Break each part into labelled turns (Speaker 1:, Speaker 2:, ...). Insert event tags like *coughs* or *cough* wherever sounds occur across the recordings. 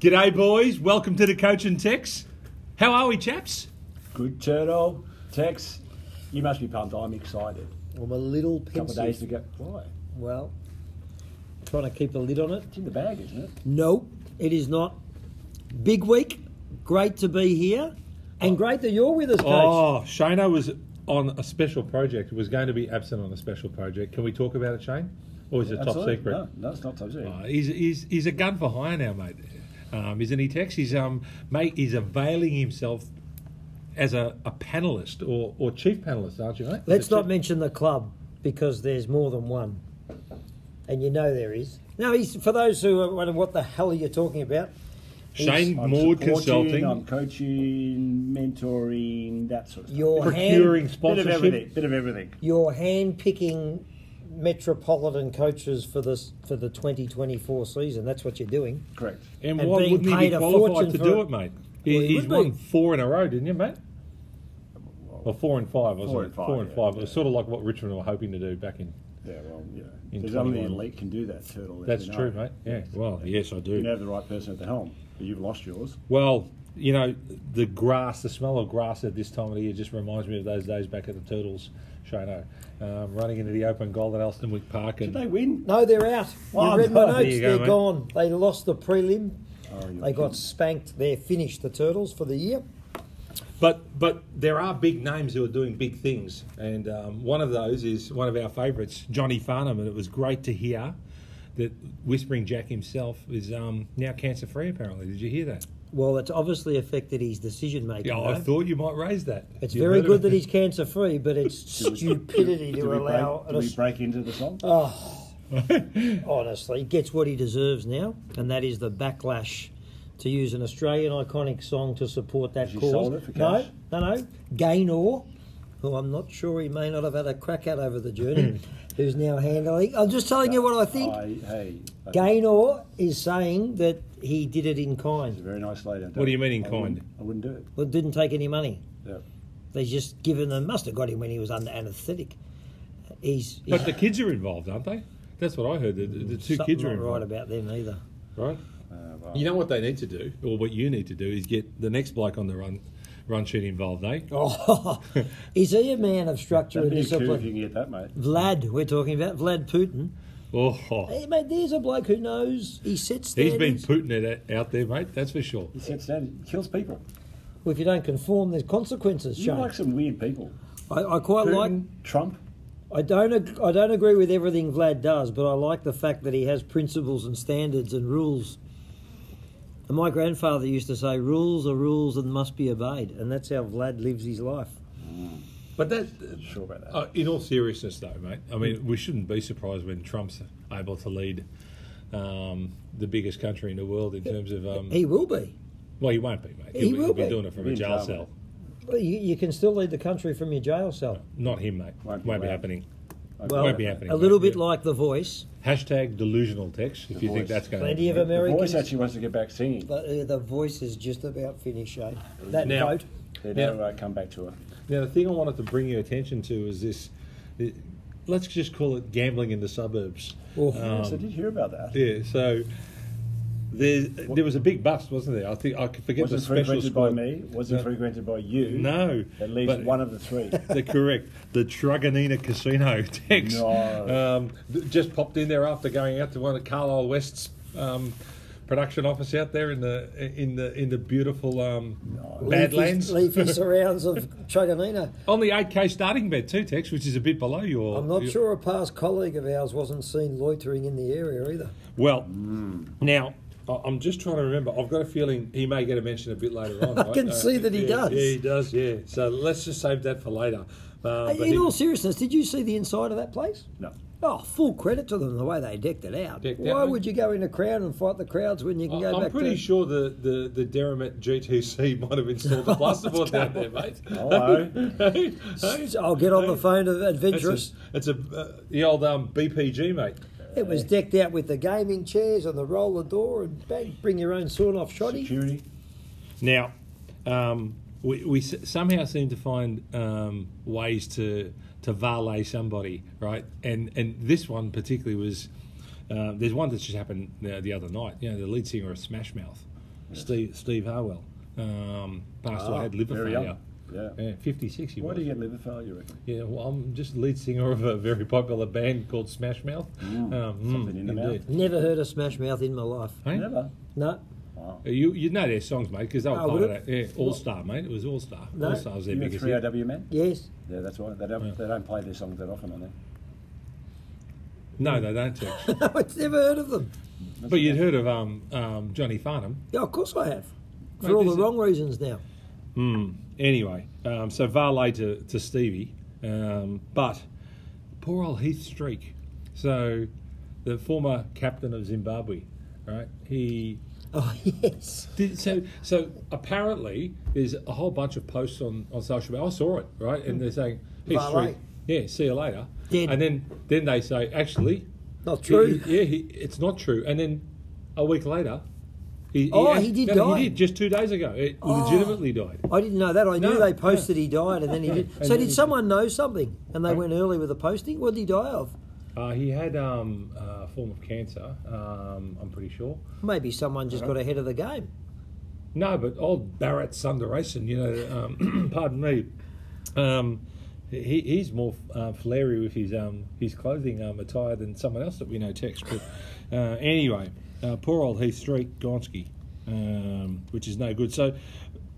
Speaker 1: G'day, boys. Welcome to the Coach and Tex. How are we, chaps?
Speaker 2: Good turtle. Tex, you must be pumped. I'm excited.
Speaker 3: I'm a little
Speaker 2: A couple
Speaker 3: pensive.
Speaker 2: of days to go. Why?
Speaker 3: Well, trying to keep a lid on it.
Speaker 2: It's in the bag, isn't it?
Speaker 3: No, it is not. Big week. Great to be here,
Speaker 2: Oh.
Speaker 3: and great that you're with us, Coach.
Speaker 4: Oh, Shano was on a special project. Was going to be absent on a special project. Can we talk about it, Shane? Or is it top
Speaker 2: Absolutely.
Speaker 4: secret?
Speaker 2: No, no, it's not top secret.
Speaker 4: Oh, he's, he's, he's a gun for hire now, mate. Um, isn't he, Tex? He's um, mate. He's availing himself as a, a panelist or, or chief panelist, aren't you, mate? Is
Speaker 3: Let's
Speaker 4: it
Speaker 3: not
Speaker 4: chief-
Speaker 3: mention the club because there's more than one, and you know there is. Now, he's for those who are wondering what the hell are you talking about.
Speaker 4: Shane
Speaker 2: I'm
Speaker 4: Maud
Speaker 2: supporting, um,
Speaker 4: Consulting.
Speaker 2: I'm coaching, mentoring, that sort of stuff.
Speaker 3: Your
Speaker 4: procuring
Speaker 3: hand,
Speaker 2: bit of
Speaker 4: sponsorship.
Speaker 2: everything. Bit of everything.
Speaker 3: your hand picking metropolitan coaches for this for the 2024 season. That's what you're doing.
Speaker 2: Correct.
Speaker 4: And,
Speaker 3: And
Speaker 4: why
Speaker 3: being
Speaker 4: wouldn't he
Speaker 3: paid
Speaker 4: be
Speaker 3: a
Speaker 4: qualified
Speaker 3: fortune
Speaker 4: to
Speaker 3: for
Speaker 4: do
Speaker 3: it.
Speaker 4: it, mate?
Speaker 3: Well,
Speaker 4: He,
Speaker 3: he
Speaker 4: he's
Speaker 3: would
Speaker 4: won
Speaker 3: be.
Speaker 4: four in a row, didn't you, mate? Or four and five, wasn't
Speaker 2: Four
Speaker 4: it?
Speaker 2: and five,
Speaker 4: four and
Speaker 2: yeah,
Speaker 4: five. It was
Speaker 2: yeah.
Speaker 4: sort of like what Richmond were hoping to do back in.
Speaker 2: Yeah, well, yeah.
Speaker 4: In
Speaker 2: There's only the
Speaker 4: 21.
Speaker 2: elite can do that, turtle. as
Speaker 4: That's
Speaker 2: you know.
Speaker 4: true, mate. Yeah. Well, yes, I do.
Speaker 2: You can have the right person at the helm, but you've lost yours.
Speaker 4: Well, you know, the grass, the smell of grass at this time of the year just reminds me of those days back at the Turtles, Shano, um, running into the open goal at Alstonwick Park. And
Speaker 2: Did they win?
Speaker 3: No, they're out. You
Speaker 2: Oh,
Speaker 3: read my
Speaker 2: no.
Speaker 3: notes.
Speaker 4: There you go,
Speaker 3: they're
Speaker 4: mate.
Speaker 3: gone. They lost the prelim.
Speaker 2: Oh, you're
Speaker 3: They got
Speaker 2: kidding.
Speaker 3: spanked. They're finished. The turtles for the year.
Speaker 4: but but there are big names who are doing big things, and um, one of those is one of our favourites, Johnny Farnham, and it was great to hear that Whispering Jack himself is um, now cancer free. Apparently, did you hear that?
Speaker 3: Well, it's obviously affected his decision making.
Speaker 4: Yeah, I thought you might raise that.
Speaker 3: it's
Speaker 4: You
Speaker 3: very
Speaker 4: heard
Speaker 3: good
Speaker 4: of it?
Speaker 3: that he's cancer free, but it's stupidity
Speaker 2: Did
Speaker 3: to
Speaker 2: we
Speaker 3: allow. Uh,
Speaker 2: break, did we break into the song?
Speaker 3: honestly, he gets what he deserves now, and that is the backlash. To use an Australian iconic song to support that
Speaker 2: Has he
Speaker 3: cause.
Speaker 2: sold it for
Speaker 3: no,
Speaker 2: cash?
Speaker 3: no, no. Gaynor, who I'm not sure he may not have had a crack at over the journey, who's now handling. I'm just telling you what I think.
Speaker 2: I, hey, I-
Speaker 3: Gaynor is saying that he did it in
Speaker 2: He's
Speaker 3: kind,
Speaker 2: a very nice lady. I
Speaker 4: What do you mean in
Speaker 2: I wouldn't-
Speaker 4: kind?
Speaker 2: I wouldn't do it.
Speaker 3: but didn't take any money.
Speaker 2: Yeah. Uh,
Speaker 3: They just given them. Must have got him when he was under anaesthetic. He's, he's
Speaker 4: *laughs* But the kids are involved, aren't they? That's what I heard. The, the the two
Speaker 3: something
Speaker 4: kids are
Speaker 3: not right
Speaker 4: involved,
Speaker 3: about them either.
Speaker 4: right?
Speaker 2: Uh, well,
Speaker 4: You know what they need to do, or what you need to do, is get the next bloke on the run run sheet involved, eh?
Speaker 3: Oh, *laughs* is he a man of structure
Speaker 2: That'd
Speaker 3: and
Speaker 2: be a coup if
Speaker 3: discipline?
Speaker 2: you can get that, mate.
Speaker 3: Vlad, we're talking about Vlad Putin.
Speaker 4: Oh,
Speaker 3: Hey, mate, there's a bloke who knows. He sets
Speaker 4: he's been
Speaker 3: standards.
Speaker 4: putting it out there, mate. That's for sure.
Speaker 2: He sets down, he kills people.
Speaker 3: Well, if you don't conform, there's consequences.
Speaker 2: You
Speaker 3: Shane.
Speaker 2: like some weird people.
Speaker 3: I, I quite like.
Speaker 2: Putin, Trump.
Speaker 3: I don't. Ag- I don't agree with everything Vlad does, but I like the fact that he has principles and standards and rules. And my grandfather used to say, "Rules are rules and must be obeyed," and that's how Vlad lives his life.
Speaker 4: But that,
Speaker 2: Sure about that.
Speaker 4: uh, in all seriousness, though, mate, I mean, we shouldn't be surprised when Trump's able to lead um, the biggest country in the world in terms of. Um,
Speaker 3: He will be.
Speaker 4: well, he won't be, mate.
Speaker 3: He
Speaker 4: He'll,
Speaker 3: will
Speaker 4: he'll be
Speaker 3: be.
Speaker 4: doing it from
Speaker 2: He'll
Speaker 4: a
Speaker 2: be in
Speaker 4: jail
Speaker 2: jail,
Speaker 4: cell.
Speaker 3: Well, You, you can still lead the country from your jail cell.
Speaker 4: Not him, mate. Won't,
Speaker 2: Won't be
Speaker 4: be
Speaker 2: allowed.
Speaker 4: happening.
Speaker 2: Okay.
Speaker 3: Well,
Speaker 4: Won't be happening.
Speaker 3: a little
Speaker 4: mate.
Speaker 3: bit
Speaker 4: Yeah.
Speaker 3: like The Voice.
Speaker 4: hashtag delusional text. If you
Speaker 2: voice.
Speaker 4: think that's going
Speaker 3: Plenty
Speaker 4: to
Speaker 3: of
Speaker 2: The voice
Speaker 3: Americans.
Speaker 2: actually wants to get back singing.
Speaker 3: But uh, the voice is just about finished, eh? That
Speaker 4: Now-
Speaker 3: goat.
Speaker 2: They
Speaker 4: Yeah.
Speaker 2: never uh, come back to her.
Speaker 4: Now, the thing I wanted to bring your attention to is this. it- Let's just call it gambling in the suburbs.
Speaker 3: Oh.
Speaker 4: Um,
Speaker 2: yes, I did hear about that.
Speaker 4: yeah. So there, there was a big bust, wasn't there? I think I could forget
Speaker 2: Was
Speaker 4: the
Speaker 2: it
Speaker 4: special
Speaker 2: frequented by
Speaker 4: squad.
Speaker 2: me? Was it
Speaker 4: No.
Speaker 2: frequented by you?
Speaker 4: No,
Speaker 2: At least
Speaker 4: but-
Speaker 2: one of
Speaker 4: *laughs*
Speaker 2: the three.
Speaker 4: The correct, the Truganina Casino *laughs* text
Speaker 2: No.
Speaker 4: um, th- just popped in there after going out to one of Carlisle West's um, production office out there in the in the in the beautiful um, Badlands
Speaker 3: Leafy, leafy surrounds
Speaker 4: *laughs*
Speaker 3: of Truganina.
Speaker 4: on the 8K starting bed too, Tex, which is a bit below your.
Speaker 3: I'm not
Speaker 4: your-
Speaker 3: sure a past colleague of ours wasn't seen loitering in the area either.
Speaker 4: Well, now I- I'm just trying to remember. I've got a feeling he may get a mention a bit later on.
Speaker 3: *laughs* I can see that he
Speaker 4: yeah,
Speaker 3: does.
Speaker 4: Yeah, he does. Yeah. So let's just save that for later. Uh, but
Speaker 3: in
Speaker 4: he
Speaker 3: all seriousness, did you see the inside of that place?
Speaker 2: No.
Speaker 3: Oh, full credit to them the way they decked it out.
Speaker 4: Decked
Speaker 3: Why
Speaker 4: out,
Speaker 3: would you go in a crowd and fight the crowds when you can
Speaker 4: I-
Speaker 3: go
Speaker 4: I'm
Speaker 3: back
Speaker 4: pretty
Speaker 3: to
Speaker 4: sure the, the, the Derrimut GTC *laughs* might have installed the plasterboard
Speaker 2: *laughs*
Speaker 4: down
Speaker 2: Oh,
Speaker 4: there, mate.
Speaker 2: Hello.
Speaker 4: *laughs* Hey, hey,
Speaker 3: I'll get on the
Speaker 4: hey.
Speaker 3: phone to
Speaker 4: It's a,
Speaker 3: Adventurous.
Speaker 4: it's a uh, the old um, BPG, mate.
Speaker 3: It was decked out with the gaming chairs and the roller door and bang, bring your own sawn off shoddy.
Speaker 2: Security.
Speaker 4: Now, um, we, we s- somehow seem to find um, ways to to valet somebody, right? And and this one particularly was uh, there's one that's just happened the, the other night. You know, the lead singer of Smash Mouth Steve Steve Harwell um, passed away.
Speaker 2: Ah,
Speaker 4: Had liver
Speaker 2: very
Speaker 4: failure.
Speaker 2: young. Yeah.
Speaker 4: Yeah, 56 he
Speaker 2: Why
Speaker 4: was.
Speaker 2: do you get liver failure? You reckon?
Speaker 4: Yeah, well, I'm just the lead singer of a very popular band called Smash Mouth. um, mm,
Speaker 2: Oh, something in the mouth.
Speaker 4: indeed.
Speaker 3: Never heard of Smash Mouth in my life.
Speaker 4: Hey?
Speaker 2: Never.
Speaker 3: No,
Speaker 4: Uh, You you know their songs, mate, because they
Speaker 2: Ah,
Speaker 4: were
Speaker 3: Oh,
Speaker 4: part
Speaker 3: would
Speaker 4: of
Speaker 3: it?
Speaker 4: that. Yeah, All Star, mate. It was All Star.
Speaker 3: No.
Speaker 4: All Star was their
Speaker 2: You a
Speaker 4: biggest
Speaker 2: three
Speaker 4: hit.
Speaker 2: OW man?
Speaker 3: yes. *laughs*
Speaker 2: Yeah, that's right. They don't they don't play their songs that often, I think.
Speaker 4: No, they don't. actually.
Speaker 3: No, it's never heard of them.
Speaker 4: but you'd heard of um, um, Johnny Farnham.
Speaker 3: Yeah, of course I have. For
Speaker 4: Mate,
Speaker 3: all
Speaker 4: this
Speaker 3: the
Speaker 4: is-
Speaker 3: wrong reasons now.
Speaker 4: Anyway, um, so Varley to, to Stevie, um, but poor old Heath Streak. So the former captain of Zimbabwe, right? He
Speaker 3: Oh, *laughs* yes.
Speaker 4: Did, so, so apparently, there's a whole bunch of posts on, on social media. I saw it, right? And they're saying, "Hey,
Speaker 3: Valet.
Speaker 4: Street, yeah, see you later."
Speaker 3: Dead.
Speaker 4: And then, then they say, "Actually,
Speaker 3: Not
Speaker 4: he-
Speaker 3: true.
Speaker 4: he- yeah, he, it's not true." And then a week later, he,
Speaker 3: Oh,
Speaker 4: act-
Speaker 3: he did
Speaker 4: no, no,
Speaker 3: die. Oh.
Speaker 4: He did just two days ago. It legitimately died.
Speaker 3: I didn't know that. I
Speaker 4: No,
Speaker 3: knew they posted he died, *laughs* and then he did.
Speaker 4: And
Speaker 3: So
Speaker 4: then
Speaker 3: did
Speaker 4: he-
Speaker 3: someone know something, and they went early with the posting? What did he die of?
Speaker 4: Uh, he had um, a form of cancer. Um, I'm pretty sure.
Speaker 3: Maybe someone just got ahead of the game.
Speaker 4: No, but old Barrett Sundaresan, you know, um, *clears throat* pardon me, um, he, he's more uh, flary with his um, his clothing um, attire than someone else that we know, Tex. But uh, anyway, uh, poor old Heath Street Gonski, um, which is no good. So,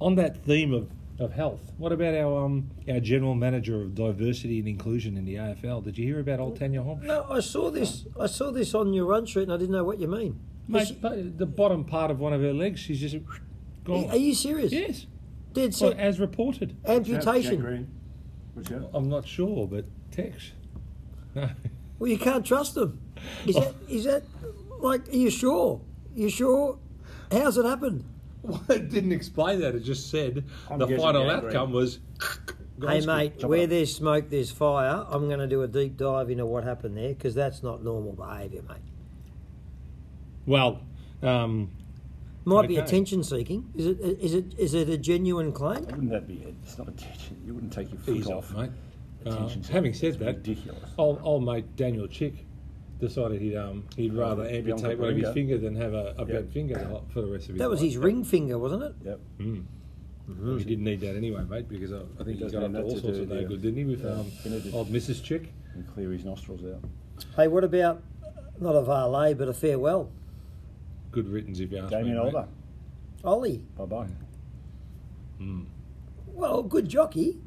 Speaker 4: on that theme of, of health, what about our um, our general manager of diversity and inclusion in the AFL? Did you hear about old Tanya Hobbs?
Speaker 3: No, I saw this. I saw this on your run sheet, and I didn't know what you mean. Is
Speaker 4: Mate,
Speaker 3: she-
Speaker 4: but the bottom part of one of her legs, she's just gone.
Speaker 3: are you serious?
Speaker 4: yes,
Speaker 3: Dead
Speaker 4: well,
Speaker 3: set.
Speaker 4: as reported.
Speaker 2: Jack
Speaker 3: amputation.
Speaker 2: Green. What's that?
Speaker 4: I'm not sure, but Tex. *laughs* No.
Speaker 3: Well, you can't trust them. Is that? Is that? Like, are you sure? You sure? How's it happened?
Speaker 4: it didn't explain that. It just said
Speaker 2: I'm
Speaker 4: the
Speaker 2: guessing
Speaker 4: final
Speaker 2: Jack Green.
Speaker 4: outcome was.
Speaker 3: Hey
Speaker 4: Gonski.
Speaker 3: mate, where there's smoke, there's fire. I'm going to do a deep dive into what happened there because that's not normal behaviour, mate.
Speaker 4: Well, um,
Speaker 3: Might be
Speaker 4: Okay.
Speaker 3: attention seeking. Is it? Is it? Is it a genuine claim?
Speaker 2: Wouldn't that be it? It's not attention. You wouldn't take your foot
Speaker 4: he's
Speaker 2: off.
Speaker 4: off, mate. Uh,
Speaker 2: Attention,
Speaker 4: having said
Speaker 2: it's
Speaker 4: that, Oh.
Speaker 2: ridiculous.
Speaker 4: old, old mate Daniel Chick decided he'd um, he'd rather
Speaker 2: Bianca
Speaker 4: amputate one of his
Speaker 2: Pereira.
Speaker 4: finger than have a, a bad
Speaker 2: Yeah.
Speaker 4: finger the whole- for the rest of his
Speaker 3: That was
Speaker 4: life.
Speaker 3: his ring finger, wasn't it?
Speaker 2: Yep.
Speaker 4: He didn't need that anyway, mate, because I, I think he,
Speaker 2: doesn't
Speaker 4: got up
Speaker 2: need
Speaker 4: to
Speaker 2: that
Speaker 4: all
Speaker 2: to
Speaker 4: sorts
Speaker 2: do
Speaker 4: of
Speaker 2: it,
Speaker 4: no
Speaker 2: yeah.
Speaker 4: good, didn't he, with
Speaker 2: Yeah.
Speaker 4: um,
Speaker 2: He needed-
Speaker 4: old Mrs. Chick?
Speaker 2: And clear his nostrils out.
Speaker 3: Hey, what about not a valet but a farewell,
Speaker 4: Good riddance, if you ask
Speaker 2: Damien
Speaker 4: me. mate.
Speaker 2: Oliver.
Speaker 3: Ollie?
Speaker 2: Bye bye.
Speaker 3: Well, good jockey.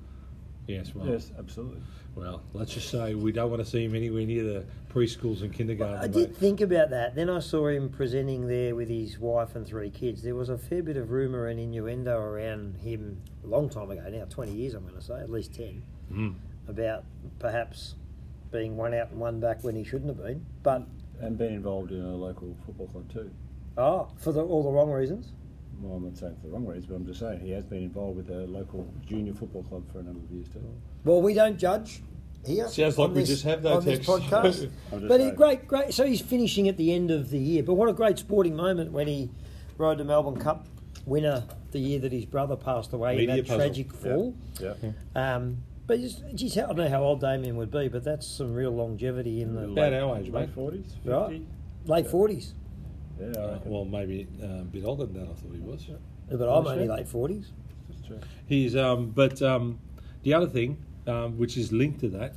Speaker 4: Yes, well.
Speaker 2: Yes, absolutely.
Speaker 4: Well, let's just say we don't want to see him anywhere near the preschools and kindergarten.
Speaker 3: I
Speaker 4: mate.
Speaker 3: did think about that. Then I saw him presenting there with his wife and three kids. There was a fair bit of rumour and innuendo around him a long time ago now, 20 years, I'm going to say, at least 10, about perhaps being one out and one back when he shouldn't have been. But,
Speaker 2: And being involved in a local football club too.
Speaker 3: oh, for the, all the wrong reasons.
Speaker 2: Well, I'm not saying for the wrong reasons, but I'm just saying he has been involved with a local junior football club for a number of years too.
Speaker 3: Well, we don't judge here.
Speaker 4: Sounds like
Speaker 3: on
Speaker 4: we
Speaker 3: this-
Speaker 4: just have no
Speaker 3: on this
Speaker 4: text. *laughs*
Speaker 3: podcast.
Speaker 2: I'm just
Speaker 3: but he,
Speaker 2: saying.
Speaker 3: great, great. So he's finishing at the end of the year. But what a great sporting moment when he rode the Melbourne Cup winner the year that his brother passed away in
Speaker 4: Media
Speaker 3: that
Speaker 4: puzzle.
Speaker 3: tragic fall.
Speaker 2: Yeah.
Speaker 3: Um, but just, geez, I don't know how old Damien would be, but that's some real longevity in the
Speaker 4: About our age, mate.
Speaker 2: Late forties, fifty.
Speaker 3: Right. late forties.
Speaker 2: Yeah, I
Speaker 4: Uh,
Speaker 2: reckon.
Speaker 4: well, maybe uh, a bit older than that. I thought he was.
Speaker 3: But I'm only late forties.
Speaker 2: That's true.
Speaker 4: He's. Um, but um, the other thing, um, which is linked to that,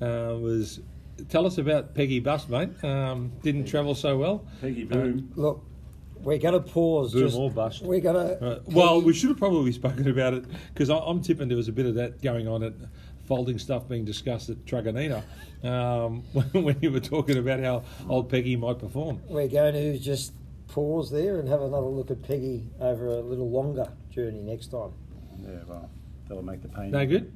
Speaker 4: uh, was tell us about Peggy Bus, mate. Um, didn't travel so well.
Speaker 2: Peggy Boom.
Speaker 3: Look, we're going to pause.
Speaker 4: Boom
Speaker 3: just,
Speaker 4: or bust.
Speaker 3: We're going to.
Speaker 4: Uh, well, we should have probably *laughs* spoken about it because I'm tipping there was a bit of that going on at folding stuff being discussed at Truganina um, *laughs* when, when you were talking about how old Peggy might perform.
Speaker 3: We're going to just pause there and have another look at Peggy over a little longer journey next time.
Speaker 2: Yeah, well, that'll make the pain.
Speaker 4: No good.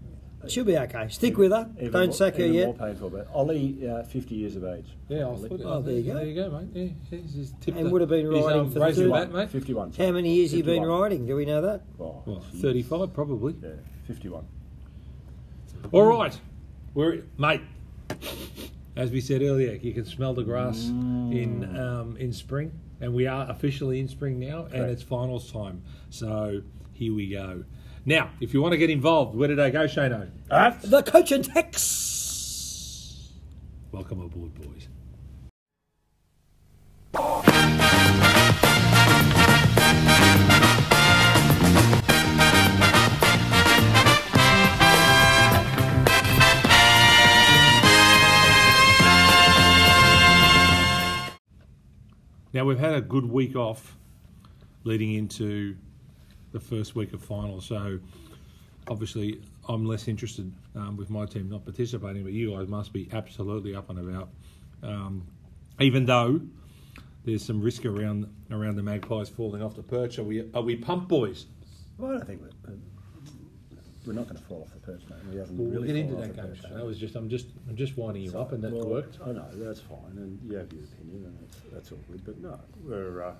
Speaker 3: She'll be okay. Stick with her.
Speaker 2: Even
Speaker 3: Don't
Speaker 2: more,
Speaker 3: sack her
Speaker 2: even
Speaker 3: yet.
Speaker 2: More painful, but Ollie, uh, fifty years of age.
Speaker 4: Yeah, I
Speaker 2: Ollie.
Speaker 4: thought it.
Speaker 3: Oh, there you go.
Speaker 4: There you go, mate. Yeah, he's just tipped
Speaker 3: And
Speaker 4: the-
Speaker 3: would have been
Speaker 4: he's,
Speaker 3: riding
Speaker 4: um,
Speaker 3: for
Speaker 4: raising
Speaker 3: two-
Speaker 4: the bat, mate.
Speaker 2: Fifty-one.
Speaker 3: How many years you been
Speaker 2: 51.
Speaker 3: riding? Do we know that?
Speaker 2: Oh,
Speaker 4: Well,
Speaker 2: geez.
Speaker 4: 35 probably.
Speaker 2: Yeah, fifty-one.
Speaker 4: All right, we're mate. As we said earlier, you can smell the grass in
Speaker 3: Mm.
Speaker 4: um, in spring, and we are officially in spring now, and
Speaker 2: Correct.
Speaker 4: it's finals time. So here we go. Now, if you want to get involved, where do they go, Shano?
Speaker 2: At
Speaker 3: The coach and Tex.
Speaker 4: Welcome aboard, boys. Now we've had a good week off leading into the first week of finals, so obviously I'm less interested um, with my team not participating, but you guys must be absolutely up and about. Um, even though there's some risk around around the Magpies falling off the perch, are we are we pump boys?
Speaker 2: Well, I don't think we're, we're not going to fall off the perch, mate. We haven't
Speaker 4: We'll
Speaker 2: really
Speaker 4: get into
Speaker 2: fallen
Speaker 4: that
Speaker 2: off the
Speaker 4: game.
Speaker 2: perch,
Speaker 4: so
Speaker 2: mate.
Speaker 4: That was just I'm just I'm just winding you up, and that
Speaker 2: Well,
Speaker 4: worked.
Speaker 2: I know that's fine, and you have your opinion, and that's, that's all good. But no, we're uh,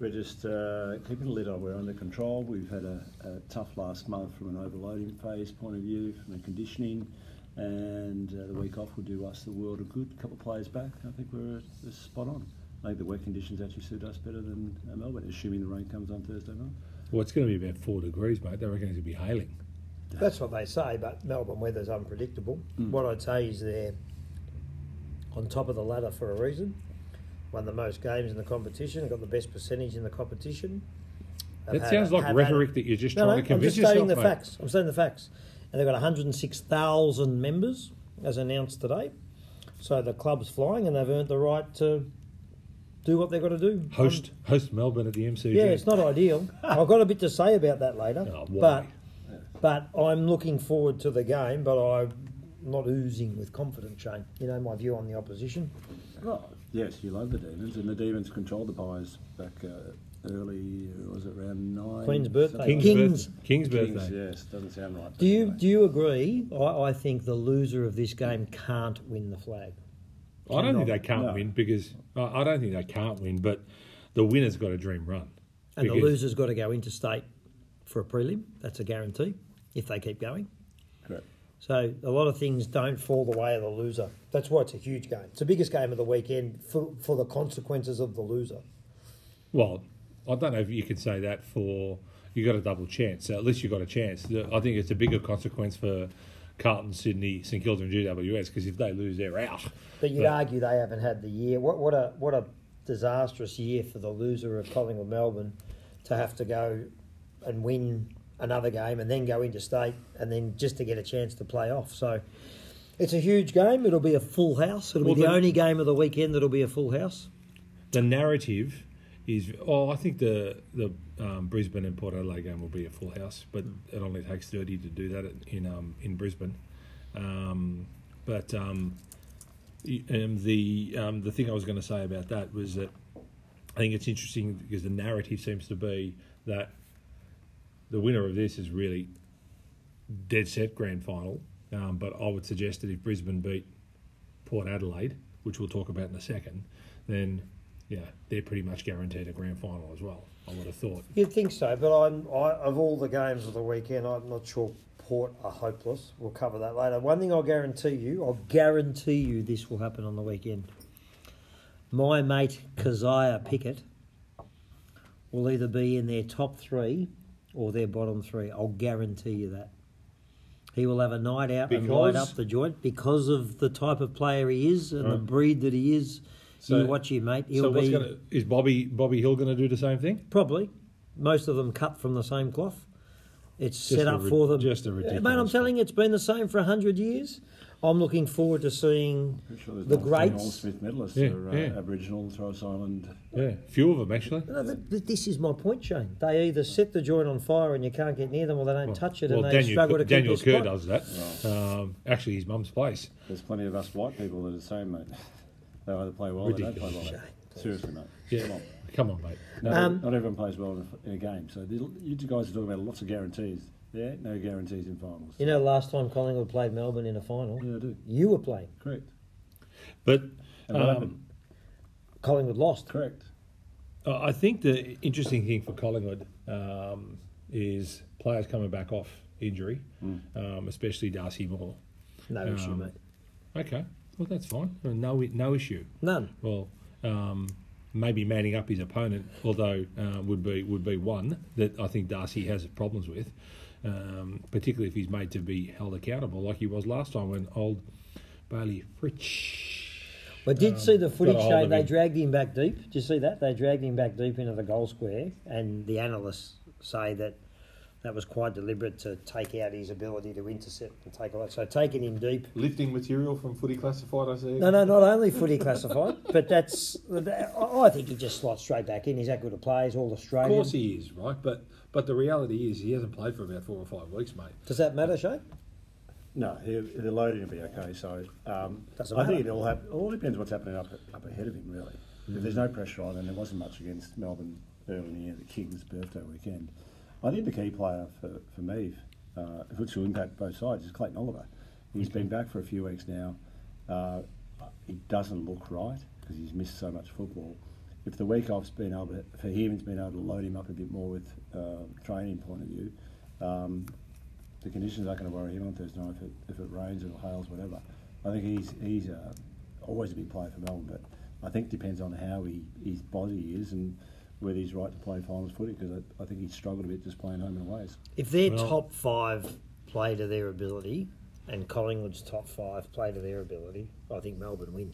Speaker 2: we're just uh, keeping a lid on. We're under control. We've had a, a tough last month from an overloading phase point of view, from the conditioning, and uh, the week off will do us the world of good. A couple of players back, I think we're, we're spot on. I think the wet conditions actually suit us better than uh, Melbourne, assuming the rain comes on Thursday night.
Speaker 4: Well, it's going to be about four degrees, mate. They reckon it's going to be hailing.
Speaker 3: That's what they say, but Melbourne weather's unpredictable.
Speaker 2: Hmm.
Speaker 3: What I'd say is they're on top of the ladder for a reason. Won the most games in the competition, got the best percentage in the competition. Have
Speaker 4: That
Speaker 3: had-
Speaker 4: sounds like
Speaker 3: have had-
Speaker 4: rhetoric that you're just
Speaker 3: No,
Speaker 4: trying
Speaker 3: no,
Speaker 4: to
Speaker 3: I'm
Speaker 4: convince
Speaker 3: just stating
Speaker 4: yourself,
Speaker 3: the
Speaker 4: mate.
Speaker 3: facts. I'm stating the facts. And they've got 106,000 members, as announced today. So the club's flying and they've earned the right to do what they've got to do. Um,
Speaker 4: Host host Melbourne at the MCG.
Speaker 3: Yeah, it's
Speaker 4: *laughs*
Speaker 3: not ideal. I've got a bit to say about that later.
Speaker 4: Oh,
Speaker 3: but
Speaker 4: why?
Speaker 3: but I'm looking forward to the game, but I'm not oozing with confidence, Shane. You know my view on the opposition.
Speaker 2: Well, yes, you love the demons, and the demons controlled the buys back uh, early. uh, Was it round nine?
Speaker 3: Queen's birthday.
Speaker 2: Something
Speaker 4: King's,
Speaker 2: like
Speaker 3: King's-
Speaker 4: birthday. King's
Speaker 2: that.
Speaker 4: birthday.
Speaker 2: King's, yes, doesn't sound right.
Speaker 3: Do you
Speaker 2: but
Speaker 3: do you agree? I, I think the loser of this game can't win the flag.
Speaker 4: I don't think
Speaker 3: Cannot-
Speaker 4: they can't
Speaker 2: no.
Speaker 4: win because I I don't think they can't win, but the winner's got a dream run.
Speaker 3: And the
Speaker 4: Because-
Speaker 3: loser's got to go interstate for a prelim. That's a guarantee if they keep going.
Speaker 2: Correct.
Speaker 3: So a lot of things don't fall the way of the loser. That's why it's a huge game. It's the biggest game of the weekend for, for the consequences of the loser.
Speaker 4: Well, I don't know if you could say that for you got a double chance. So at least you got a chance. The- I think it's a bigger consequence for Carlton, Sydney, St Kilda, and GWS because if they lose, they're out.
Speaker 3: But you'd argue they haven't had the year. What, what a what a disastrous year for the loser of Collingwood Melbourne to have to go and win another game and then go into state and then just to get a chance to play off. So it's a huge game. It'll be a full house. It'll
Speaker 4: Well,
Speaker 3: be the
Speaker 4: the-
Speaker 3: only game of the weekend that'll be a full house.
Speaker 4: the narrative is oh I think the the um, Brisbane and Port Adelaide game will be a full house, but it only takes thirty to do that at- in um, in Brisbane. Um, but um, y- um, the um, the thing I was going to say about that was that I think it's interesting because the narrative seems to be that the winner of this is really dead set grand final. Um, but I would suggest that if Brisbane beat Port Adelaide, which we'll talk about in a second, then yeah, they're pretty much guaranteed a grand final as well. I would have thought.
Speaker 3: You'd think so, but I'm I, of all the games of the weekend, I'm not sure Port are hopeless. We'll cover that later. One thing I'll guarantee you, I'll guarantee you this will happen on the weekend. My mate Keziah Pickett will either be in their top three or their bottom three. I'll guarantee you that. He will have a night out and light
Speaker 4: Because?
Speaker 3: up the joint because of the type of player he is and the breed that he is.
Speaker 4: So-
Speaker 3: you watch him, mate. He'll
Speaker 4: so what's
Speaker 3: be
Speaker 4: gonna is Bobby Bobby Hill gonna do the same thing?
Speaker 3: Probably. Most of them cut from the same cloth. It's
Speaker 4: Just
Speaker 3: set
Speaker 4: a
Speaker 3: up
Speaker 4: rid-
Speaker 3: for them.
Speaker 4: just a ridiculous
Speaker 3: Mate, I'm telling you, it's been the same for 100 years. I'm looking forward to seeing
Speaker 2: Pretty sure there's
Speaker 3: the
Speaker 2: not three Norm
Speaker 3: greats.
Speaker 2: Smith medalists
Speaker 4: Yeah,
Speaker 2: are uh,
Speaker 4: yeah.
Speaker 2: Aboriginal, Torres Island.
Speaker 4: Yeah, few of them actually.
Speaker 3: No, th- th- this is my point, Shane. They either set the joint on fire and you can't get near them, or they don't touch it
Speaker 4: Well,
Speaker 3: and they
Speaker 4: Daniel,
Speaker 3: struggle
Speaker 4: Kerr-
Speaker 3: to
Speaker 4: Daniel
Speaker 3: keep their
Speaker 4: Kerr
Speaker 3: spot.
Speaker 4: does that. Um, actually, his mum's place.
Speaker 2: There's plenty of us white people that are the same, mate. They either play well or they don't play well.
Speaker 4: Ridiculous.
Speaker 2: Seriously, mate.
Speaker 4: Yeah,
Speaker 2: Come on.
Speaker 4: come on, mate. No,
Speaker 3: Um,
Speaker 2: Not everyone plays well in a f- in a game. So the- you two guys are talking about lots of guarantees. There ain't no guarantees in finals.
Speaker 3: You know, last time Collingwood played Melbourne in a final,
Speaker 2: Yeah, I do.
Speaker 3: you were playing.
Speaker 2: Correct.
Speaker 4: but
Speaker 2: And what
Speaker 4: um,
Speaker 2: happened?
Speaker 3: Collingwood lost.
Speaker 2: Correct.
Speaker 4: Uh, I think the interesting thing for Collingwood um, is players coming back off injury, um, especially Darcy Moore.
Speaker 3: No issue,
Speaker 4: Um,
Speaker 3: mate.
Speaker 4: Okay, well that's fine. No, no issue.
Speaker 3: None.
Speaker 4: Well, um, maybe manning up his opponent, although uh, would be would be one that I think Darcy has problems with, um, particularly if he's made to be held accountable like he was last time when old Bailey Fritsch.
Speaker 3: I did see the footage,
Speaker 4: got a Um, hold
Speaker 3: Shane.
Speaker 4: of
Speaker 3: They
Speaker 4: him.
Speaker 3: dragged him back deep. Did you see that? They dragged him back deep into the goal square, and the analysts say that That was quite deliberate to take out his ability to intercept and take away. So taking him deep.
Speaker 4: Lifting material from footy classified, I see.
Speaker 3: No, no, not only footy classified, *laughs* but that's. I I think he just slots straight back in. He's that good a play. He's all
Speaker 4: Of
Speaker 3: Australian.
Speaker 4: course he is, right? But but the reality is he hasn't played for about four or five weeks, mate.
Speaker 3: Does that matter, Shane?
Speaker 2: No, he- the loading will be okay. So um,
Speaker 3: Doesn't
Speaker 2: I think
Speaker 3: matter.
Speaker 2: it all hap- it all depends what's happening up up ahead of him really. If there's no pressure on, and there wasn't much against Melbourne early in the year, the Kings' birthday weekend. I think the key player for for me, uh, which will impact both sides, is Clayton Oliver. He's been back for a few weeks now. Uh, he doesn't look right because he's missed so much football. If the week off's been able to, for him, it's been able to load him up a bit more with uh, training point of view. Um, the conditions aren't going to worry him on Thursday night if it, if it rains or hails, whatever. I think he's he's uh, always a big player for Melbourne, but I think depends on how he, his body is and whether he's right to play finals footy because I, I think he's struggled a bit just playing home and aways.
Speaker 3: If their top five play to their ability and Collingwood's top five play to their ability, I think Melbourne win.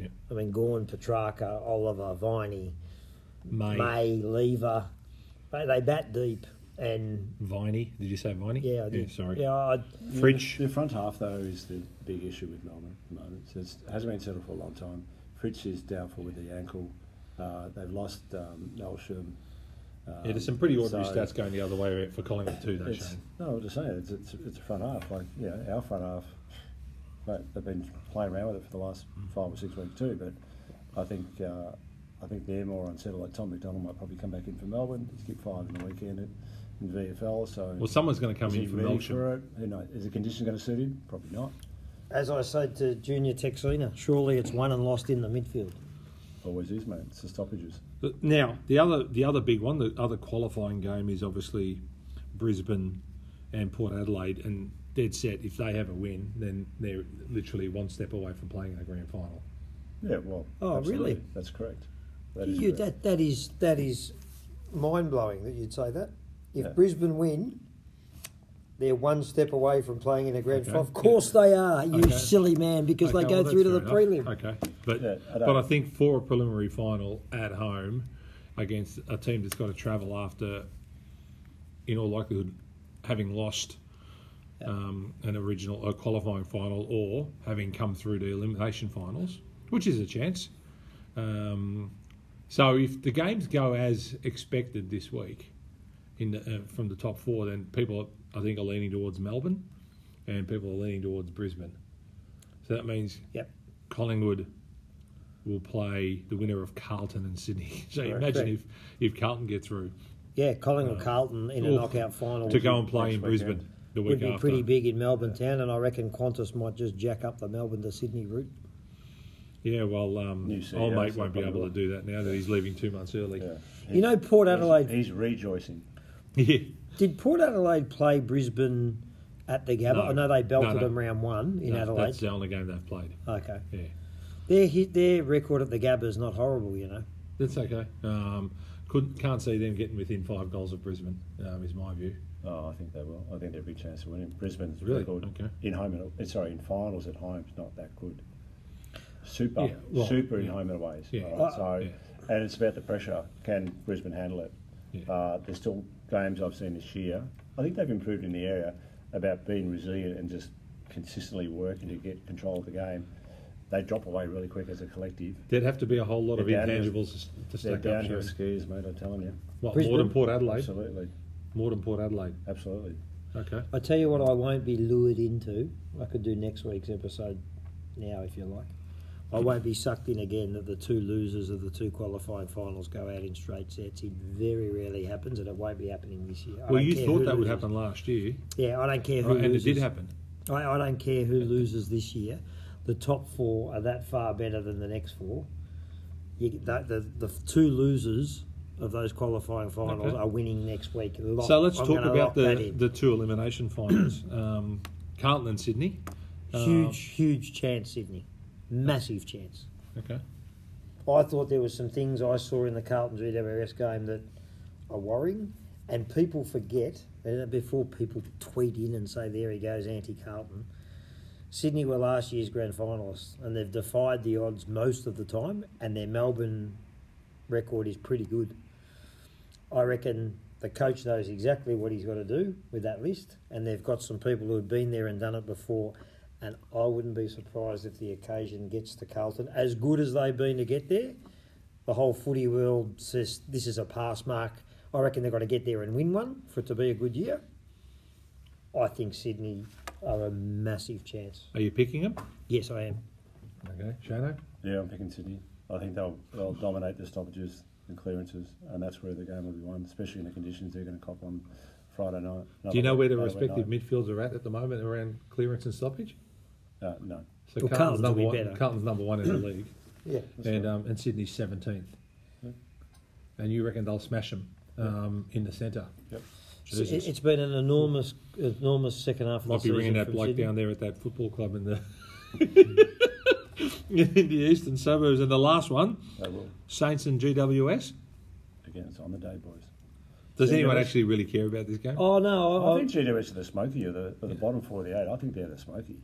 Speaker 4: Yeah.
Speaker 3: I mean, Gorn, Petrarca, Oliver, Viney,
Speaker 4: May,
Speaker 3: May, Lever, they, they bat deep. And
Speaker 4: Viney. Did you say Viney?
Speaker 3: yeah, I did.
Speaker 4: sorry.
Speaker 3: Yeah, I,
Speaker 4: Fridge.
Speaker 2: The front half though is the big issue with Melbourne at the moment. So it's, it hasn't been settled for a long time. Fritz is doubtful with the ankle. Uh, they've lost um, Nelsham. Um,
Speaker 4: Yeah, there's some pretty ordinary
Speaker 2: so-
Speaker 4: stats going the other way for Collingwood too, though,
Speaker 2: It's,
Speaker 4: Shane.
Speaker 2: no, I'm just saying, it's, it's, it's a front half. Like, yeah, our front half, but they've been playing around with it for the last
Speaker 3: Mm.
Speaker 2: five or six weeks too. But I think uh, I think they're more unsettled. Like Tom McDonald might probably come back in for Melbourne. He's kicked five in the weekend at, in VFL. So
Speaker 4: Well, someone's going to come
Speaker 2: is he
Speaker 4: in from
Speaker 2: ready
Speaker 4: Melksham.
Speaker 2: for it? Who knows? Is the condition going to suit him? Probably not.
Speaker 3: as I said to Junior Texina, surely it's won and lost in the midfield.
Speaker 2: Always is, mate. It's the stoppages.
Speaker 4: But Now the other the other big one, the other qualifying game is obviously Brisbane and Port Adelaide, and dead set if they have a win, then they're literally one step away from playing in the grand final.
Speaker 2: Yeah, well.
Speaker 3: Oh,
Speaker 2: absolutely.
Speaker 3: really?
Speaker 2: That's correct. That is
Speaker 3: You, that,
Speaker 2: correct.
Speaker 3: that is that is mind blowing that you'd say that. If
Speaker 2: Yeah.
Speaker 3: Brisbane win, they're one step away from playing in a grand
Speaker 4: Okay.
Speaker 3: final. Of course they are, you
Speaker 4: Okay.
Speaker 3: silly man, because
Speaker 4: Okay,
Speaker 3: they go
Speaker 4: well,
Speaker 3: through to the
Speaker 4: that's fair
Speaker 3: prelim.
Speaker 4: enough. Okay, but
Speaker 2: Yeah, I don't-
Speaker 4: but I think for a preliminary final at home against a team that's got to travel after, in all likelihood, having lost um, an original a qualifying final or having come through to elimination finals, which is a chance. Um, so if the games go as expected this week, in the, uh, from the top four, then people I think are leaning towards Melbourne, and people are leaning towards Brisbane. So that means
Speaker 3: Yep.
Speaker 4: Collingwood will play the winner of Carlton and Sydney. *laughs* So imagine if, if Carlton get through
Speaker 3: Yeah, Collingwood Carlton in a
Speaker 4: Uh, oof,
Speaker 3: knockout final
Speaker 4: to go and play in
Speaker 2: next weekend.
Speaker 4: Brisbane the
Speaker 3: would
Speaker 4: week
Speaker 3: be
Speaker 4: after.
Speaker 3: pretty big in Melbourne town, and I reckon Qantas might just jack up the Melbourne to Sydney route.
Speaker 4: Yeah, well, um,
Speaker 2: New CEO,
Speaker 4: old mate
Speaker 2: so
Speaker 4: won't be able
Speaker 2: probably
Speaker 4: to do that now that he's leaving two months early.
Speaker 2: Yeah.
Speaker 3: You know, Port
Speaker 2: He's-
Speaker 3: Adelaide
Speaker 2: He's rejoicing.
Speaker 4: *laughs* Yeah.
Speaker 3: did Port Adelaide play Brisbane at the Gabba?
Speaker 4: No.
Speaker 3: I know they belted
Speaker 4: No, no.
Speaker 3: them round one in
Speaker 4: No,
Speaker 3: Adelaide.
Speaker 4: That's uh, the only game they've played.
Speaker 3: Okay,
Speaker 4: Yeah,
Speaker 3: their hit, their record at the Gabba is not horrible, you know.
Speaker 4: that's okay. Um, could, can't see them getting within five goals of Brisbane. Um, is my view.
Speaker 2: Oh, I think they will. I think they're a big chance of winning. Brisbane's
Speaker 4: Really?
Speaker 2: record
Speaker 4: Okay.
Speaker 2: in home and eh, sorry in finals at home is not that good. Super,
Speaker 4: Yeah, well,
Speaker 2: super in
Speaker 4: yeah.
Speaker 2: home and aways.
Speaker 4: Yeah.
Speaker 2: all right? so,
Speaker 4: yeah.
Speaker 2: and it's about the pressure. Can Brisbane handle it?
Speaker 4: Yeah.
Speaker 2: Uh, there's still games I've seen this year. I think they've improved in the area about being resilient and just consistently working to get control of the game. They drop away really quick as a collective.
Speaker 4: There'd have to be a whole lot of
Speaker 2: They're down here.
Speaker 4: intangibles to
Speaker 2: They're
Speaker 4: stack up.
Speaker 2: downhill
Speaker 4: Shane.
Speaker 2: skiers, mate. I'm telling you,
Speaker 4: What,
Speaker 3: Brisbane?
Speaker 4: Morton Port Adelaide?
Speaker 2: absolutely,
Speaker 4: Morton Port Adelaide.
Speaker 2: absolutely.
Speaker 4: Okay.
Speaker 3: I tell you what, I won't be lured into. I could do next week's episode now if you like. I won't be sucked in again that the two losers of the two qualifying finals go out in straight sets. It very rarely happens, and it won't be happening this year. I
Speaker 4: Well,
Speaker 3: don't
Speaker 4: you
Speaker 3: care
Speaker 4: thought
Speaker 3: who
Speaker 4: that would
Speaker 3: loses.
Speaker 4: happen last year,
Speaker 3: Yeah, I don't care who
Speaker 4: right, and it
Speaker 3: loses.
Speaker 4: did happen.
Speaker 3: I, I don't care who loses this year. The top four are that far better than the next four. You, the, the, the two losers of those qualifying finals
Speaker 4: Okay.
Speaker 3: are winning next week. Lock-
Speaker 4: So let's
Speaker 3: I'm
Speaker 4: talk
Speaker 3: gonna
Speaker 4: about
Speaker 3: lock that
Speaker 4: the,
Speaker 3: in.
Speaker 4: the two elimination finals, *clears throat* um, Carlton and Sydney. uh,
Speaker 3: huge, huge chance, Sydney. Massive chance.
Speaker 4: Okay.
Speaker 3: I thought there were some things I saw in the Carlton GWS game that are worrying, and people forget and before people tweet in and say, "There he goes, anti-Carlton." Sydney were last year's grand finalists, and they've defied the odds most of the time, and their Melbourne record is pretty good. I reckon The coach knows exactly what he's got to do with that list, and they've got some people who have been there and done it before. And I wouldn't be surprised if the occasion gets to Carlton, as good as they've been to get there. The whole footy world says this is a pass mark. I reckon they've got to get there and win one for it to be a good year. I think Sydney are a massive chance.
Speaker 4: Are you picking them?
Speaker 3: Yes, I am.
Speaker 4: Okay, Shano.
Speaker 2: Yeah, I'm picking Sydney. I think they'll, they'll dominate the stoppages and clearances, and that's where the game will be won, especially in the conditions they're going to cop on Friday night.
Speaker 4: Do you know where the
Speaker 2: Another
Speaker 4: respective
Speaker 2: night.
Speaker 4: midfields are at at the moment around clearance and stoppage?
Speaker 2: Uh, no.
Speaker 4: So
Speaker 5: Well, Carlton's
Speaker 4: number
Speaker 5: will
Speaker 4: one.
Speaker 5: be better.
Speaker 4: Carlton's number one in the league,
Speaker 3: *clears throat* Yeah.
Speaker 4: and um, and Sydney's seventeenth. And you reckon they'll smash them um, in the centre?
Speaker 2: Yep.
Speaker 3: So it-
Speaker 4: Jesus.
Speaker 3: it's been an enormous, enormous second half of
Speaker 4: Might
Speaker 3: the
Speaker 4: be
Speaker 3: season.
Speaker 4: ringing that
Speaker 3: from
Speaker 4: bloke
Speaker 3: Sydney.
Speaker 4: down there at that football club in the *laughs* in the eastern suburbs. And the last one,
Speaker 2: They will.
Speaker 4: Saints and GWS.
Speaker 2: Again, it's on the day, boys.
Speaker 4: Does
Speaker 2: Yeah,
Speaker 4: anyone
Speaker 2: no, it's-
Speaker 4: actually really care about this game?
Speaker 3: Oh no, I,
Speaker 2: I
Speaker 3: I,
Speaker 2: think GWS are the smoky, or the, or the bottom 48. I think they're the smoky.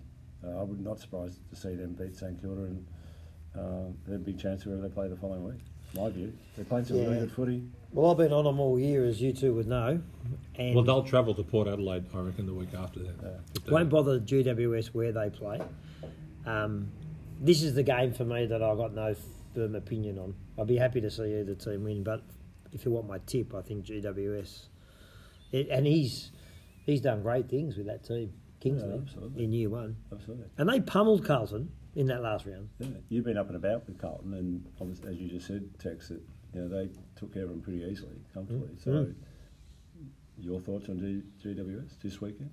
Speaker 2: Uh, I would not surprised to see them beat St Kilda and uh, there'd be a chance whoever they play the following week. My view. They're playing some really
Speaker 3: Yeah.
Speaker 2: good footy.
Speaker 3: well, I've been on them all year, as you two would know, and
Speaker 4: well, they'll travel to Port Adelaide, I reckon, the week after that. uh, If they-
Speaker 3: won't bother GWS where they play. Um, this is the game for me that I've got no firm opinion on. I'd be happy to see either team win, but if you want my tip, I think GWS. It, and he's he's done great things with that team, Kingsley,
Speaker 2: absolutely.
Speaker 3: in year one,
Speaker 2: Absolutely.
Speaker 3: and they pummeled Carlton in that last round.
Speaker 2: Yeah. You've been up and about with Carlton, and obviously, as you just said, Tex, that you know, they took care of them pretty easily, comfortably. So, your thoughts on G- GWS this weekend?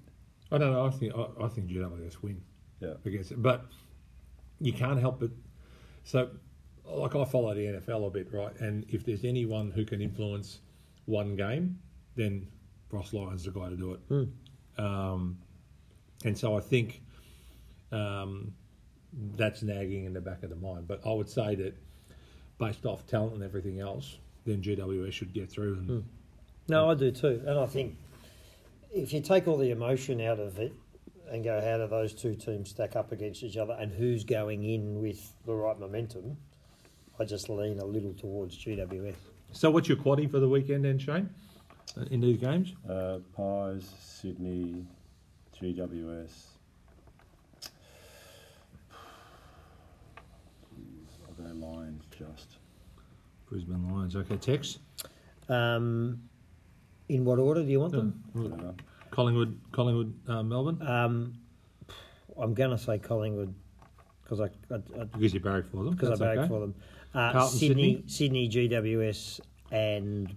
Speaker 4: I don't know. I think I, I think GWS win.
Speaker 2: Yeah.
Speaker 4: against it. But you can't help but so like I follow the NFL a bit, right? And if there's anyone who can influence one game, then Ross Lyon's the guy to do it. Um, and so I think um, that's nagging in the back of the mind. But I would say that based off talent and everything else, then GWS should get through. And
Speaker 3: No, I do too, and I think if you take all the emotion out of it and go, how do those two teams stack up against each other, and who's going in with the right momentum, I just lean a little towards GWS.
Speaker 4: so, what's your quaddie for the weekend, then, Shane? uh, In these games,
Speaker 2: Uh, Pies, Sydney, GWS. Jeez, I'll go Lions just.
Speaker 4: Brisbane Lions. Okay, Tex,
Speaker 3: Um, in what order do you want them?
Speaker 2: I don't know.
Speaker 4: Collingwood, Collingwood, uh, Melbourne.
Speaker 3: Um,
Speaker 4: Hmm.
Speaker 3: I'm going to say Collingwood because I because
Speaker 4: Because you barrack for them.
Speaker 3: I
Speaker 4: That's
Speaker 3: bagged
Speaker 4: okay.
Speaker 3: for them. Uh,
Speaker 4: Carlton,
Speaker 3: Sydney, Sydney, GWS, and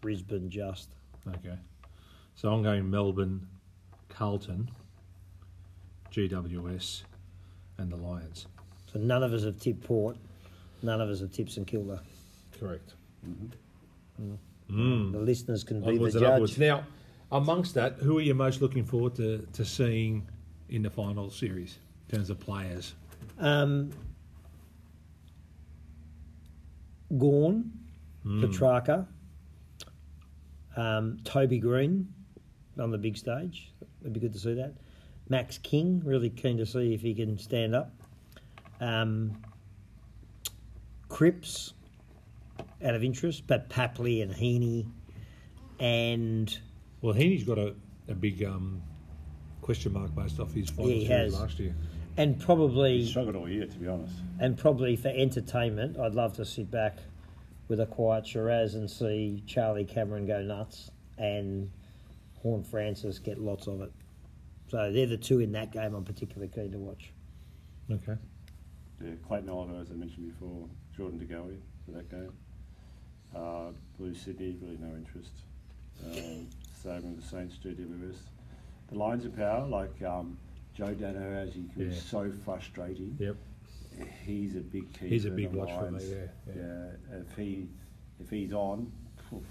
Speaker 3: Brisbane just.
Speaker 4: Okay. So I'm going Melbourne, Carlton, GWS, and the Lions.
Speaker 3: So none of us have tipped Port. None of us have tipped St Kilda.
Speaker 4: Correct.
Speaker 3: The listeners can be
Speaker 4: Onwards
Speaker 3: the
Speaker 4: and upwards.
Speaker 3: judge.
Speaker 4: Now, amongst that, who are you most looking forward to, to seeing in the final series in terms of players?
Speaker 3: Um, Gorn, Petrarca, um, Toby Green on the big stage. It'd be good to see that. Max King, really keen to see if he can stand up. Um, Cripps, out of interest, but Papley and Heaney and
Speaker 4: Well, Heaney's got a, a big um, question mark based off his final
Speaker 3: Yeah, he
Speaker 4: series
Speaker 3: has.
Speaker 4: last year.
Speaker 3: and probably
Speaker 2: He struggled all year, to be honest.
Speaker 3: And probably for entertainment, I'd love to sit back with a quiet Shiraz and see Charlie Cameron go nuts and Horn Francis get lots of it. So they're the two in that game I'm particularly keen to watch.
Speaker 4: Okay.
Speaker 2: Yeah, Clayton Oliver, as I mentioned before, Jordan DeGoey for that game. Uh, Blue Sydney, really no interest. Um, saving the Saints, GWS. The Lions of Power, like um, Joe Dano, as he was
Speaker 4: Yeah.
Speaker 2: so frustrating.
Speaker 4: Yep.
Speaker 2: He's a big key.
Speaker 4: He's a
Speaker 2: for
Speaker 4: big
Speaker 2: the
Speaker 4: watch for me,
Speaker 2: Lions.
Speaker 4: yeah, yeah.
Speaker 2: Yeah, if he if he's on, phew,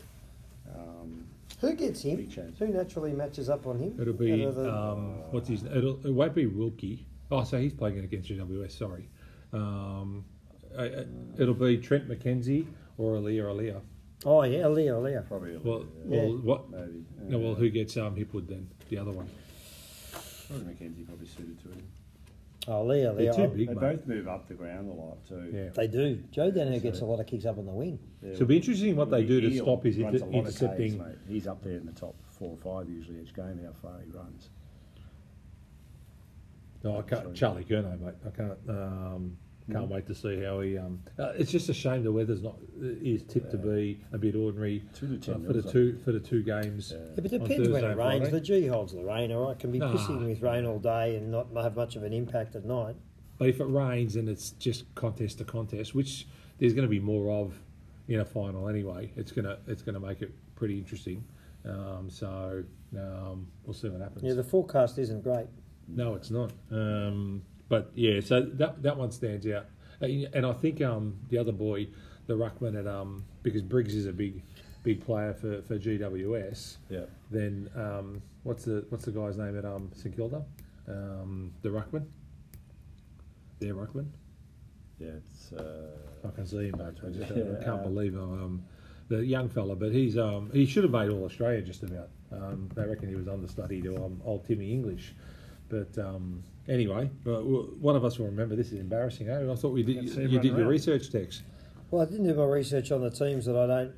Speaker 2: um,
Speaker 3: Who gets
Speaker 2: Big chance.
Speaker 3: Who naturally matches up on him?
Speaker 4: It'll be
Speaker 3: Out of the-
Speaker 4: um, what's his? It'll, it won't be Wilkie. Oh, so he's playing against GWS. Sorry, um, I, I- it'll be Trent McKenzie or Aaliyah Aaliyah.
Speaker 3: oh yeah, Aaliyah, Aaliyah.
Speaker 2: probably a
Speaker 4: Well,
Speaker 2: little bit,
Speaker 4: well,
Speaker 3: Yeah.
Speaker 4: what?
Speaker 2: yeah, maybe.
Speaker 4: No, well, who gets um, Hipwood then? The other one.
Speaker 2: Probably McKenzie probably suited to him.
Speaker 3: Oh, Leo,
Speaker 2: They're
Speaker 3: Leo.
Speaker 2: too big,
Speaker 3: I-
Speaker 2: They mate. both move up the ground a lot too.
Speaker 4: Yeah.
Speaker 3: They do. Joe Danaher gets a lot of kicks up on the wing.
Speaker 2: Yeah.
Speaker 4: So it'll be interesting what they do to
Speaker 2: He
Speaker 4: stop his
Speaker 2: runs
Speaker 4: inter-
Speaker 2: a lot of
Speaker 4: intercepting.
Speaker 2: Ks, mate. He's up there in the top four or five usually each game, how far he runs.
Speaker 4: No, I can't. Charlie Kerno, mate. I can't. Um,
Speaker 3: Hmm.
Speaker 4: can't wait to see how he. Um, uh, it's just a shame the weather's not is tipped to be a bit ordinary uh,
Speaker 2: Two to ten
Speaker 4: for the
Speaker 2: mils,
Speaker 4: two for the two games.
Speaker 3: Yeah, but it
Speaker 4: on
Speaker 3: depends when
Speaker 4: Thursday
Speaker 3: it
Speaker 4: and
Speaker 3: rains. The
Speaker 4: Friday.
Speaker 3: G holds the rain, all right? Can be
Speaker 4: Ah.
Speaker 3: pissing with rain all day and not have much of an impact at night.
Speaker 4: But if it rains and it's just contest to contest, which there's going to be more of in a final anyway, it's gonna it's gonna make it pretty interesting. Um, so um, we'll see what happens.
Speaker 3: Yeah, the forecast isn't great.
Speaker 4: No, it's not. Um, but yeah, so that that one stands out, Uh, and I think um, the other boy, the ruckman at um, because Briggs is a big, big player for, for GWS.
Speaker 2: Yeah.
Speaker 4: Then um, what's the what's the guy's name at um, St Kilda? Um, the ruckman. Their ruckman.
Speaker 2: Yeah, it's uh,
Speaker 4: I can see him. mate. I just I
Speaker 2: Yeah.
Speaker 4: can't believe um, the young fella. But he's um, he should have made all Australia just about. Um, they reckon he was understudy to um, old Timmy English. But um, anyway, well, w- one of us will remember. This is embarrassing. Eh? I thought we did.
Speaker 2: Can't see
Speaker 4: You,
Speaker 2: everyone
Speaker 4: did your
Speaker 2: around.
Speaker 4: research, Tex.
Speaker 3: Well, I didn't do my research on the teams that I don't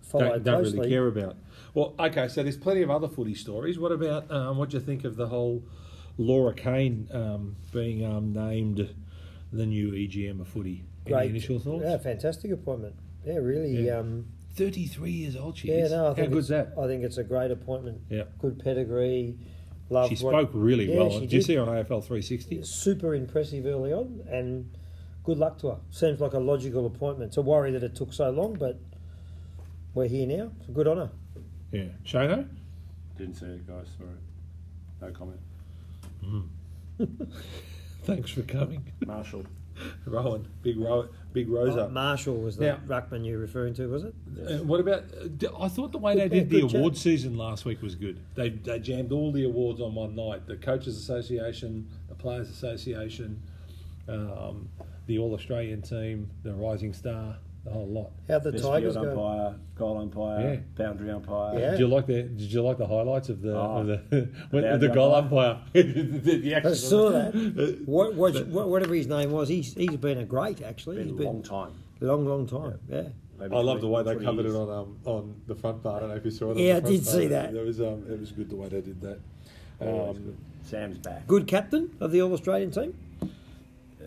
Speaker 3: follow
Speaker 4: Don't, don't
Speaker 3: closely.
Speaker 4: really care about. Well, okay. So there's plenty of other footy stories. What about um, what do you think of the whole Laura Kane um, being um, named the new EGM of footy? Any initial thoughts?
Speaker 3: Yeah, fantastic appointment. Yeah, really.
Speaker 4: Yeah.
Speaker 3: Um,
Speaker 4: 33 years old she
Speaker 3: yeah,
Speaker 4: is.
Speaker 3: no, I
Speaker 4: How
Speaker 3: think
Speaker 4: good's
Speaker 3: it's-
Speaker 4: that?
Speaker 3: I think it's a great appointment.
Speaker 4: Yeah.
Speaker 3: Good pedigree. Love
Speaker 4: She
Speaker 3: what-
Speaker 4: spoke really
Speaker 3: Yeah,
Speaker 4: well.
Speaker 3: she
Speaker 4: Did you
Speaker 3: did.
Speaker 4: see her on AFL 360?
Speaker 3: super impressive early on, and good luck to her. Seems like a logical appointment. It's a worry that it took so long, but we're here now. So good on her.
Speaker 4: Yeah. Shano?
Speaker 2: didn't see it, guys. Sorry, no comment.
Speaker 4: Thanks for coming.
Speaker 2: Marshall,
Speaker 4: *laughs* Rowan. Big, Ro- big
Speaker 3: Oh,
Speaker 4: Rosa.
Speaker 3: Marshall was the
Speaker 4: Now-
Speaker 3: ruckman you were referring to, was it?
Speaker 4: Uh, what about? uh, d- I thought the way they
Speaker 3: Good-
Speaker 4: did the
Speaker 3: good job.
Speaker 4: award season last week was good. They they jammed all the awards on one night: the coaches association, the players association, um, the All Australian team, the Rising Star, the whole lot.
Speaker 3: How the
Speaker 2: best
Speaker 3: Tigers
Speaker 2: field
Speaker 3: go?
Speaker 2: umpire, goal umpire,
Speaker 4: Yeah.
Speaker 2: boundary umpire.
Speaker 3: Yeah.
Speaker 4: Did you like the Did you like the highlights of the of the, *laughs* when,
Speaker 2: the
Speaker 4: the
Speaker 2: umpire.
Speaker 4: goal umpire? *laughs* the, the action
Speaker 3: I saw
Speaker 4: on the-
Speaker 3: that. What, what, what, whatever his name was, he's he's been a great actually.
Speaker 2: Been
Speaker 3: He's
Speaker 2: a long time.
Speaker 3: long, long time. Yeah.
Speaker 2: Maybe
Speaker 4: I love
Speaker 2: 20
Speaker 4: the way they
Speaker 2: 20
Speaker 4: covered
Speaker 2: years.
Speaker 4: it on um, on the front part. I don't know if you saw it. on the
Speaker 3: Yeah, I
Speaker 4: front
Speaker 3: did
Speaker 4: part.
Speaker 3: see that.
Speaker 4: It was um, it was good the way they did that.
Speaker 2: Always
Speaker 4: Um,
Speaker 2: good. Sam's back.
Speaker 3: Good captain of the All Australian team.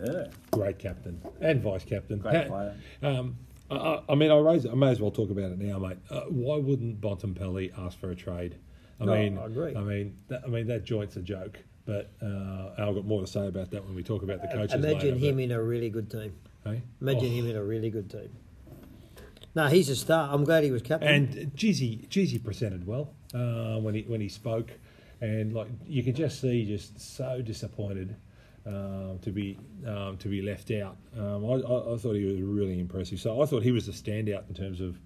Speaker 2: Yeah.
Speaker 4: great captain and vice captain.
Speaker 2: Great player.
Speaker 4: Um, I- I, I mean, I raise. I may as well talk about it now, mate. Uh, why wouldn't Bontempelli ask for a trade? I
Speaker 3: No,
Speaker 4: mean,
Speaker 3: I agree.
Speaker 4: mean, that, I mean that joint's a joke. But uh, I've got more to say about that when we talk about the coaches.
Speaker 3: Uh, Imagine
Speaker 4: later,
Speaker 3: him in a really good team.
Speaker 4: but, hey?
Speaker 3: Imagine
Speaker 4: Oh.
Speaker 3: him in a really good team. No, he's a star. I'm glad he was captain.
Speaker 4: And Jizzy, Jizzy presented well uh, when he when he spoke, and like you could just see, just so disappointed um, to be um, to be left out. Um, I, I, I thought he was really impressive. So I thought he was the standout in terms of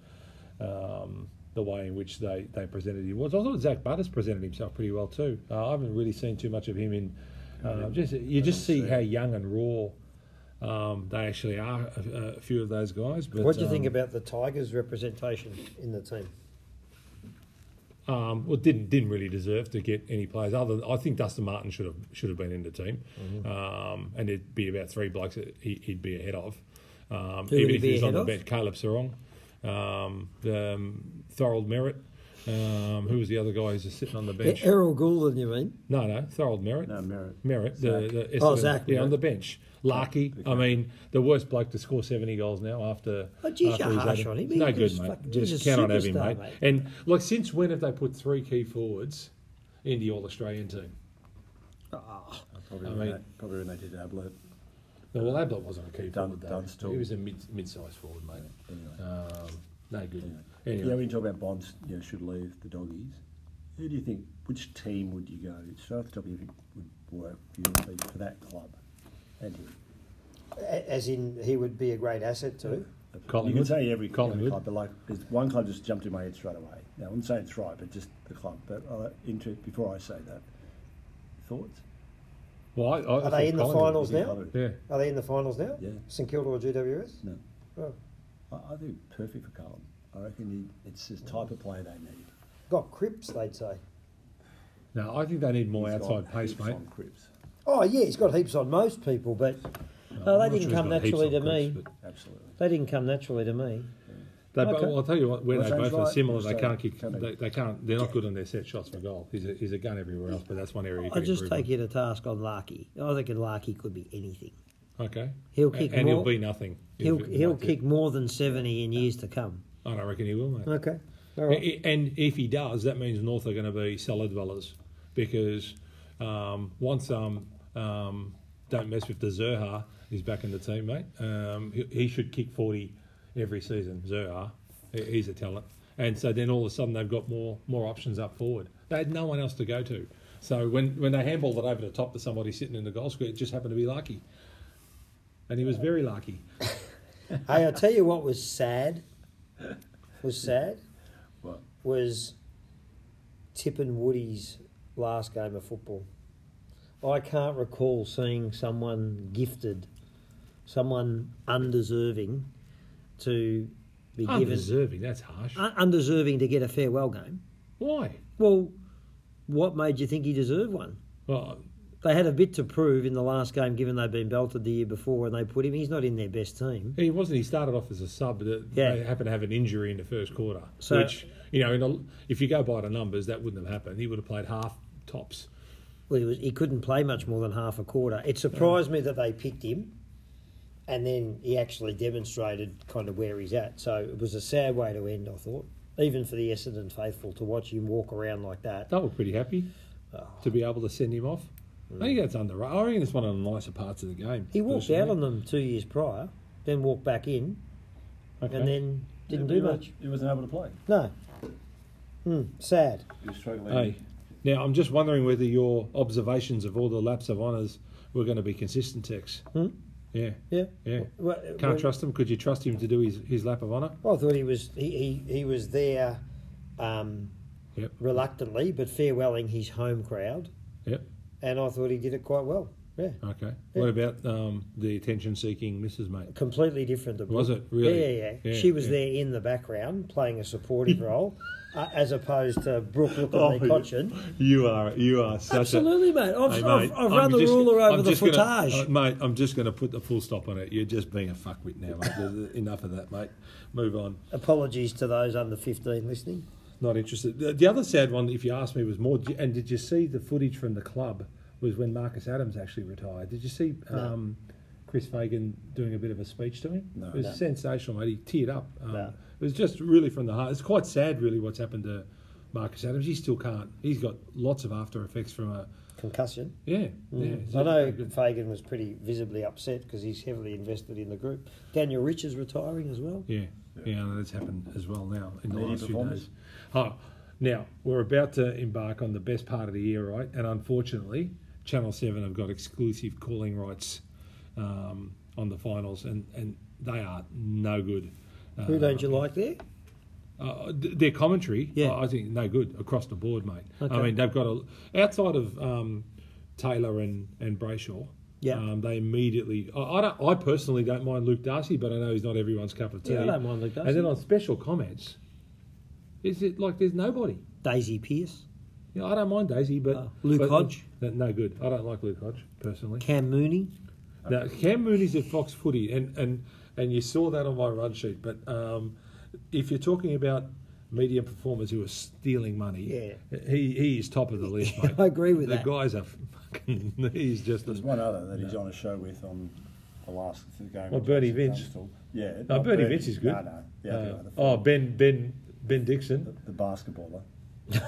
Speaker 4: um, the way in which they, they presented him. Was I thought Zach Butters presented himself pretty well too. Uh, I haven't really seen too much of him in. Uh, just you just see how young and raw. Um, they actually are a, a few of those guys. But,
Speaker 3: what do you think
Speaker 4: um,
Speaker 3: about the Tigers' representation in the team?
Speaker 4: Um, well, didn't didn't really deserve to get any players other. Than, I think Dustin Martin should have should have been in the team,
Speaker 3: Mm-hmm.
Speaker 4: um, and it'd be about three blokes that he, he'd be ahead of. Um,
Speaker 3: Who would he be
Speaker 4: he's on
Speaker 3: ahead
Speaker 4: the
Speaker 3: of?
Speaker 4: bench, Caleb Sarong, um, um, Thorold Merritt. Um, who was the other guy who's just sitting on the bench?
Speaker 3: E-, Errol Goulden, you mean?
Speaker 4: No, no, Thorold Merritt.
Speaker 2: No merit.
Speaker 4: Merritt, the, the
Speaker 3: Oh,
Speaker 4: Essendon-
Speaker 3: Zach
Speaker 4: yeah, on
Speaker 3: Merritt.
Speaker 4: the bench. Larky, I mean, the worst bloke to score seventy goals now after.
Speaker 3: Oh, geez,
Speaker 4: after
Speaker 3: you're
Speaker 4: he's
Speaker 3: harsh
Speaker 4: had-
Speaker 3: on him.
Speaker 4: It's No
Speaker 3: He
Speaker 4: good,
Speaker 3: was
Speaker 4: mate.
Speaker 3: fucking-
Speaker 4: Just
Speaker 3: he's a
Speaker 4: cannot have him,
Speaker 3: superstar,
Speaker 4: mate.
Speaker 3: mate.
Speaker 4: And like, since when have they put three key forwards in the All Australian team?
Speaker 2: Probably,
Speaker 4: I
Speaker 2: when
Speaker 4: mean-
Speaker 2: they, probably when they did Ablett.
Speaker 4: No, well, Ablett wasn't a key
Speaker 2: Dun-
Speaker 4: forward. though.
Speaker 2: Dunstall.
Speaker 4: He was a mid mid-sized forward, mate.
Speaker 2: Anyway.
Speaker 4: Um, no good.
Speaker 2: Yeah,
Speaker 4: Anyway,
Speaker 2: when you talk about Bonds, you know, should leave the doggies. Who do you think? Which team would you go? Straight off the top, you think would work beautifully for that club? And you,
Speaker 3: A- As in, he would be a great asset too.
Speaker 2: you
Speaker 4: Collingwood.
Speaker 2: can say every
Speaker 4: Collingwood.
Speaker 2: every club, but like there's one club just jumped in my head straight away. Now I'm saying it's right, but just the club. But I'll, into before I say that, thoughts?
Speaker 4: Well, I, I
Speaker 3: Are
Speaker 4: thought
Speaker 3: they in the
Speaker 4: Collingwood.
Speaker 3: finals
Speaker 2: Yeah,
Speaker 3: now?
Speaker 4: Yeah.
Speaker 3: Are they in the finals now?
Speaker 2: Yeah.
Speaker 3: St Kilda or GWS?
Speaker 2: No,
Speaker 3: Oh.
Speaker 2: I, I think perfect for Carlton. I reckon he, it's this type of play they need.
Speaker 3: Got Crips, they'd say.
Speaker 4: No, I think they need more
Speaker 2: He's got
Speaker 4: outside pace,
Speaker 2: heaps
Speaker 4: mate.
Speaker 2: on Cripps.
Speaker 3: Oh yeah, he's got heaps on most people, but no, they didn't come naturally to me.
Speaker 2: Absolutely.
Speaker 3: They didn't come naturally to me.
Speaker 4: They bo-
Speaker 3: Okay.
Speaker 4: well, I'll tell you what, where
Speaker 2: Well,
Speaker 4: they
Speaker 2: James
Speaker 4: both are
Speaker 2: Wright,
Speaker 4: similar,
Speaker 2: also
Speaker 4: they can't kick.
Speaker 2: can they-
Speaker 4: They, they can't. They're not good on their set shots for goal. He's a, he's a gun everywhere else, but that's one area. You
Speaker 5: I
Speaker 4: can
Speaker 5: just
Speaker 4: improve
Speaker 5: take you to task on Larky. I think Larky could be anything.
Speaker 4: on. Okay.
Speaker 5: He'll
Speaker 4: A-
Speaker 5: kick
Speaker 4: and
Speaker 5: more-
Speaker 4: he'll be nothing.
Speaker 5: He'll
Speaker 4: If it-
Speaker 5: he'll
Speaker 4: like it.
Speaker 5: kick more than seventy in years to come.
Speaker 4: And I reckon he will, mate.
Speaker 3: Okay. All
Speaker 4: I-
Speaker 3: right.
Speaker 4: i- And if he does, that means North are going to be cellar dwellers because um, once um, um, don't mess with the Zerha, he's back in the team, mate. Um, he, he should kick 40 every season, Zerha. He- He's a talent. And so then all of a sudden they've got more more options up forward. They had no one else to go to. So when, when they handballed it over the top to somebody sitting in the goal square, it just happened to be lucky. And he was very lucky.
Speaker 3: hey, I tell you what was sad. Was sad.
Speaker 2: What?
Speaker 3: was Tip and Woody's last game of football. I can't recall seeing someone gifted, someone undeserving to be given Uh,
Speaker 4: Undeserving, that's harsh.
Speaker 5: Un- undeserving to get a farewell game.
Speaker 4: Why?
Speaker 5: Well, what made you think he deserved one?
Speaker 4: Well,
Speaker 5: They had a bit to prove in the last game, given they'd been belted the year before, and they put him. He's not in their best team.
Speaker 4: He wasn't. He started off as a sub, but
Speaker 5: Yeah.
Speaker 4: they happened to have an injury in the first quarter,
Speaker 5: So-
Speaker 4: which you know, in a, if you go by the numbers, that wouldn't have happened. He would have played half tops.
Speaker 5: Well, he, was, he couldn't play much more than half a quarter.
Speaker 3: It surprised me that they picked him, and then he actually demonstrated kind of where he's at. So it was a sad way to end, I thought, even for the Essendon faithful to watch him walk around like that.
Speaker 4: They were pretty happy
Speaker 3: Oh.
Speaker 4: to be able to send him off. I think that's under. I reckon it's one of the nicer parts of the game.
Speaker 3: He walked
Speaker 4: personally.
Speaker 3: out on them two years prior, then walked back in,
Speaker 4: Okay.
Speaker 3: and then didn't
Speaker 2: He
Speaker 3: do
Speaker 2: wa-
Speaker 3: much.
Speaker 2: He wasn't able to play.
Speaker 3: No. Hmm, sad.
Speaker 2: He was struggling.
Speaker 4: Hey, now I'm just wondering whether your observations of all the laps of honours were going to be consistent, Tex.
Speaker 3: Hmm?
Speaker 4: Yeah,
Speaker 3: Yeah.
Speaker 4: yeah.
Speaker 3: Well,
Speaker 4: Can't
Speaker 3: well,
Speaker 4: trust him. Could you trust him to do his, his lap of honour?
Speaker 3: Well, I thought he was he, he, he was there um,
Speaker 4: Yep.
Speaker 3: reluctantly, but farewelling his home crowd,
Speaker 4: Yep.
Speaker 3: and I thought he did it quite well. Yeah,
Speaker 4: Okay. What about um, the attention-seeking Mrs. Mate?
Speaker 3: completely different. To
Speaker 4: Was it
Speaker 3: Yeah,
Speaker 4: really?
Speaker 3: yeah, yeah, She was
Speaker 4: yeah.
Speaker 3: there in the background playing
Speaker 4: *laughs*
Speaker 3: a supportive role, uh, as opposed to Brooke looking
Speaker 4: Oh,
Speaker 3: at their
Speaker 4: yeah.
Speaker 3: cochin.
Speaker 4: You are you are such
Speaker 5: Absolutely, mate. I've,
Speaker 4: a Hey,
Speaker 5: I've,
Speaker 4: mate,
Speaker 5: I've
Speaker 4: I'm
Speaker 5: run the
Speaker 4: just-
Speaker 5: ruler over
Speaker 4: I'm
Speaker 5: the
Speaker 4: just gonna-
Speaker 5: footage.
Speaker 4: uh, mate. I'm just going to put the full stop on it. You're just being a fuckwit now, mate. *laughs* There's Enough of that, mate. Move on.
Speaker 3: Apologies to those under fifteen listening.
Speaker 4: Not interested. The, the other sad one, if you ask me, was more. And did you see the footage from the club? Was when Marcus Adams actually retired. Did you see um, Chris Fagan doing a bit of a speech to him?
Speaker 2: No.
Speaker 4: It was
Speaker 2: No.
Speaker 4: sensational, mate. He teared up. Um,
Speaker 3: No.
Speaker 4: It was just really from the heart. It's quite sad, really, what's happened to Marcus Adams. He still can't. He's got lots of after effects from a.
Speaker 3: Concussion.
Speaker 4: Yeah, yeah.
Speaker 3: Mm. I know Fagan was pretty visibly upset because he's heavily invested in the group. Daniel Rich is retiring as well.
Speaker 4: Yeah, yeah, and that's happened as well now in the
Speaker 2: Media
Speaker 4: last few
Speaker 2: performance.
Speaker 4: days. Oh, now we're about to embark on the best part of the year, right? And unfortunately, Channel Seven have got exclusive calling rights um, on the finals, and and they are no good.
Speaker 5: Who
Speaker 4: Uh,
Speaker 5: don't you like there?
Speaker 4: uh, th- their commentary, uh,
Speaker 5: Yeah.
Speaker 4: I I think no good across the board, mate.
Speaker 5: Okay.
Speaker 4: I mean, they've got a outside of um, Taylor and and Brayshaw.
Speaker 5: Yeah.
Speaker 4: um, they immediately. I, I don't. I personally don't mind Luke Darcy, but I know he's not everyone's cup of tea.
Speaker 5: Yeah, I don't mind Luke
Speaker 4: And then
Speaker 5: Darcy.
Speaker 4: on special comments, is it like there's nobody?
Speaker 5: Daisy Pierce,
Speaker 4: You know, I don't mind Daisy, but
Speaker 5: Oh, Luke
Speaker 4: but-
Speaker 5: Hodge?
Speaker 4: No, no good. I don't like Luke Hodge personally.
Speaker 5: Cam Mooney.
Speaker 4: Now, Cam Mooney's at Fox Footy, and, and, and you saw that on my run sheet. But um, if you're talking about media performers who are stealing money, he, he is top of the
Speaker 2: *laughs*
Speaker 4: list, mate.
Speaker 5: I agree with
Speaker 4: the
Speaker 5: that.
Speaker 4: The guys are fucking. *laughs* He's just.
Speaker 2: There's
Speaker 4: A,
Speaker 2: one other that he's on a show with on the last game.
Speaker 4: Oh,
Speaker 2: of
Speaker 4: Bernie
Speaker 2: Jason
Speaker 4: Vince.
Speaker 2: Dunstall. Yeah.
Speaker 4: no,
Speaker 2: not
Speaker 4: Bernie Vince is good.
Speaker 2: No, no. The other
Speaker 4: Uh,
Speaker 2: one, the,
Speaker 4: *laughs* oh, Ben Ben Ben Dixon.
Speaker 2: the basketballer.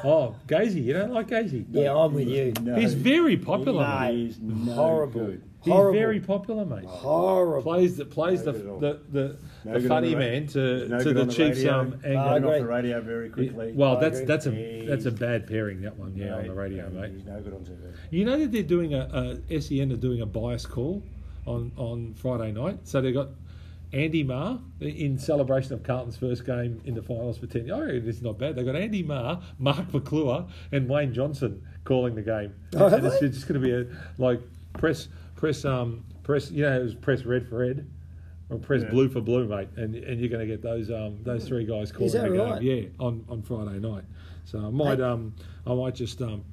Speaker 4: Oh, Gazy. You don't like Gazy?
Speaker 3: Yeah, I'm with you.
Speaker 2: No,
Speaker 4: He's very popular.
Speaker 3: Nah,
Speaker 4: mate.
Speaker 2: He's no
Speaker 3: horrible.
Speaker 2: good.
Speaker 4: He's
Speaker 3: horrible.
Speaker 4: very popular, mate.
Speaker 3: horrible.
Speaker 4: Plays the plays
Speaker 2: No
Speaker 4: the,
Speaker 2: good at all.
Speaker 4: the the,
Speaker 2: No
Speaker 4: the
Speaker 2: good on
Speaker 4: funny
Speaker 2: the ra-
Speaker 4: man to,
Speaker 2: no
Speaker 4: to
Speaker 2: good
Speaker 4: the
Speaker 2: on the
Speaker 4: Chiefs
Speaker 2: radio.
Speaker 4: um,
Speaker 2: He
Speaker 3: I
Speaker 2: got
Speaker 4: angle.
Speaker 3: agree.
Speaker 2: off the radio very quickly.
Speaker 4: Well,
Speaker 2: I
Speaker 4: that's
Speaker 2: agree.
Speaker 4: that's a
Speaker 2: He's-
Speaker 4: that's a bad pairing that one. Yeah,
Speaker 2: no,
Speaker 4: on the radio,
Speaker 2: no,
Speaker 4: mate.
Speaker 2: He's no good on TV.
Speaker 4: You know that they're doing a, a SEN are doing a bias call on on Friday night. So they got Andy Marr in celebration of Carlton's first game in the finals for ten. Oh, it's not bad. They got Andy Marr, Mark McClure, and Wayne Johnson calling the game. and it's just going to be a like press press um press. You know, it was press red for red. Or press blue for blue, mate, and and you're going to get those um those three guys calling
Speaker 3: that
Speaker 4: the game,
Speaker 3: right?
Speaker 4: yeah, on, on Friday night. So I might um I might just um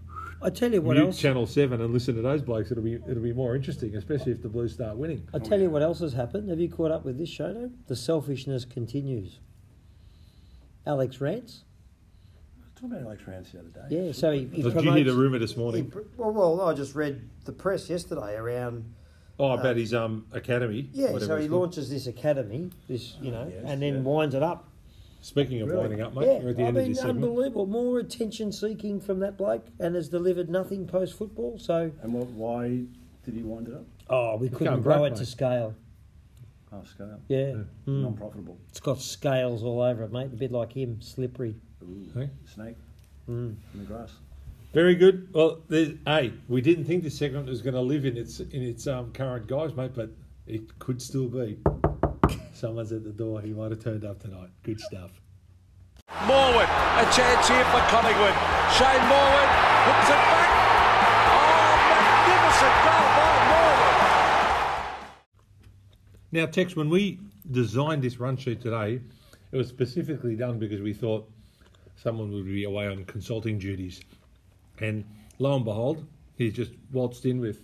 Speaker 3: I tell you what
Speaker 4: Mute
Speaker 3: else.
Speaker 4: Channel Seven and listen to those blokes. It'll be it'll be more interesting, especially if the Blues start winning.
Speaker 3: I tell you what else has happened. Have you caught up with this show? No? The selfishness continues. Alex rants.
Speaker 2: talking about Alex Rance the other day.
Speaker 3: Yeah, so he, he
Speaker 4: Did you hear the
Speaker 3: promotes.
Speaker 4: rumor this morning?
Speaker 6: Well, well, I just read the press yesterday around
Speaker 4: Oh, about his um academy.
Speaker 6: uh, yeah.
Speaker 4: whatever
Speaker 6: So he
Speaker 4: it's called.
Speaker 6: launches this academy, this you know,
Speaker 2: yes,
Speaker 6: and then
Speaker 2: yeah.
Speaker 6: winds it up.
Speaker 4: Speaking of
Speaker 2: Really?
Speaker 4: winding up, mate,
Speaker 6: Yeah,
Speaker 4: you're at the
Speaker 6: I
Speaker 4: end of
Speaker 6: mean,
Speaker 4: this segment.
Speaker 6: unbelievable. More attention seeking from that bloke, and has delivered nothing post football. So
Speaker 2: And what, why did he wind it up?
Speaker 3: Oh, we couldn't
Speaker 4: can't
Speaker 3: grow
Speaker 4: break,
Speaker 3: it to
Speaker 4: mate.
Speaker 3: scale.
Speaker 2: Half scale.
Speaker 3: Yeah.
Speaker 4: Hmm.
Speaker 2: Non profitable.
Speaker 3: It's got scales all over it, mate. A bit like him, slippery.
Speaker 4: Hey? Hmm.
Speaker 2: Snake in the grass.
Speaker 4: Very good. Well, there's, hey, we didn't think this segment was going to live in its in its um, current guise, mate, but it could
Speaker 6: *laughs*
Speaker 4: still be. Someone's at the door. He might have turned up tonight. Good stuff.
Speaker 7: Morwood, a chance here for Collingwood. Shane Morwood hooks it back. Oh, magnificent goal by Morwood.
Speaker 4: Now, Tex, when we designed this run sheet today, it was specifically done because we thought someone would be away on consulting duties. And lo and behold, he's just waltzed in with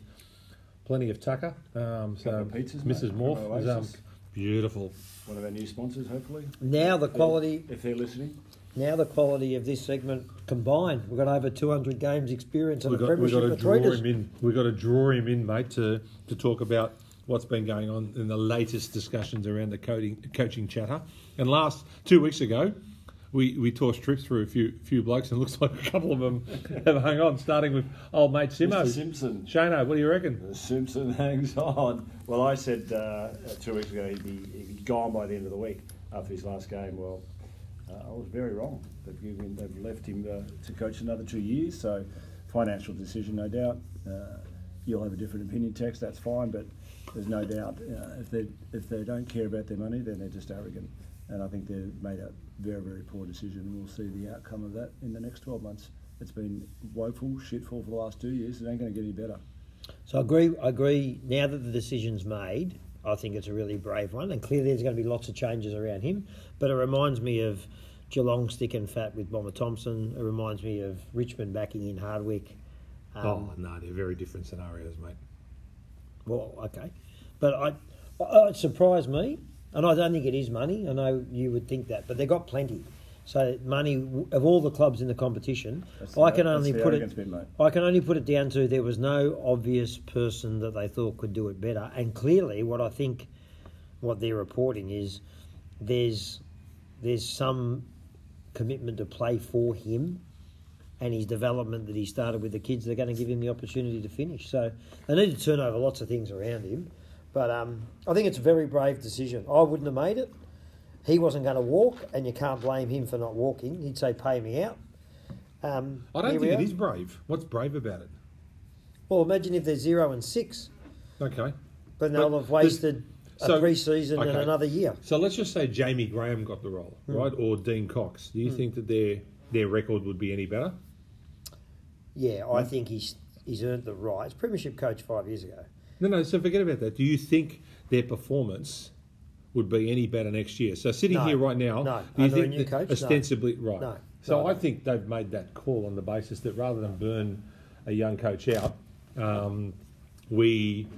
Speaker 4: plenty of tucker. Um, so,
Speaker 2: Couple of pizzas, mate.
Speaker 4: Mrs. Morph
Speaker 2: Couple of
Speaker 4: is um,
Speaker 2: oasis.
Speaker 4: beautiful.
Speaker 2: One of our new sponsors, hopefully,
Speaker 3: Now the quality,
Speaker 2: if they're listening.
Speaker 3: now the quality of this segment combined, we've got over 200 games experience and
Speaker 4: We've
Speaker 3: a
Speaker 4: got, we got
Speaker 3: premiership
Speaker 4: to draw
Speaker 3: between us.
Speaker 4: him in. We've got to draw him in, mate, to, to talk about what's been going on in the latest discussions around the coding, coaching chatter. And last two weeks ago, we, we tossed trips through a few few blokes, and *laughs* it looks like a couple of them have hung on. Starting with old mate Simo
Speaker 2: Mr. Simpson.
Speaker 4: Shano, what do you reckon?
Speaker 2: The Simpson *laughs* hangs on. Well, I said uh, uh, two weeks ago he'd be, he'd be gone by the end of the week after his last game. Well, uh, I was very wrong. They've, given, they've left him uh, to coach another two years, so financial decision, no doubt. Uh, you'll have a different opinion, Tex, that's fine, but there's no doubt uh, if, they, if they don't care about their money, then they're just arrogant. And I think they've made a very, very poor decision, and we'll see the outcome of that in the next 12 months. It's been woeful, shitful for the last two years. It ain't going to get any better.
Speaker 3: So I agree. I agree. Now that the decision's made, I think it's a really brave one, and clearly there's going to be lots of changes around him. But it reminds me of Geelong sticking fat with Bomber Thompson. It reminds me of Richmond backing in Hardwick. Um,
Speaker 4: oh, no, they're very different scenarios, mate.
Speaker 3: Well, okay, but I, I it surprised me, and I don't think it is money. I know you would think that, but they got plenty. So money w- of all the clubs in the competition,
Speaker 2: That's
Speaker 3: I
Speaker 2: the-
Speaker 3: can
Speaker 2: that's
Speaker 3: only
Speaker 2: the
Speaker 3: put
Speaker 2: arrogance
Speaker 3: it.
Speaker 2: bit, mate.
Speaker 3: I can only put it down to there was no obvious person that they thought could do it better, and clearly, what I think, what they're reporting is, there's, there's some commitment to play for him and his development that he started with the kids, they're going to give him the opportunity to finish. So they need to turn over lots of things around him. But um, I think it's a very brave decision. I wouldn't have made it. He wasn't going to walk, and you can't blame him for not walking. He'd say, "Pay me out." Um,
Speaker 4: I don't
Speaker 3: here we
Speaker 4: think it
Speaker 3: are.
Speaker 4: is brave. What's brave about it?
Speaker 3: Well, imagine if they're zero and six,
Speaker 4: Okay.
Speaker 3: but they'll
Speaker 4: But
Speaker 3: have wasted
Speaker 4: this-
Speaker 6: a
Speaker 4: so-
Speaker 6: pre-season and
Speaker 4: okay.
Speaker 6: another year.
Speaker 4: So let's just say Jamie Graham got the role,
Speaker 3: Hmm.
Speaker 4: right? Or Dean Cox. Do you think that their their record would be any better?
Speaker 6: Yeah,
Speaker 4: Mm.
Speaker 6: I think he's he's earned the right. He's premiership coach five years ago.
Speaker 4: No, no. So forget about that. Do you think their performance would be any better next year? So sitting
Speaker 6: No.
Speaker 4: here right now,
Speaker 6: No.
Speaker 4: do you
Speaker 6: Under a
Speaker 4: think
Speaker 6: new
Speaker 4: that
Speaker 6: coach? No.
Speaker 4: ostensibly right?
Speaker 6: No.
Speaker 4: So
Speaker 6: No,
Speaker 4: I
Speaker 6: no.
Speaker 4: think they've made that call on the basis that rather than burn a young coach out, um, we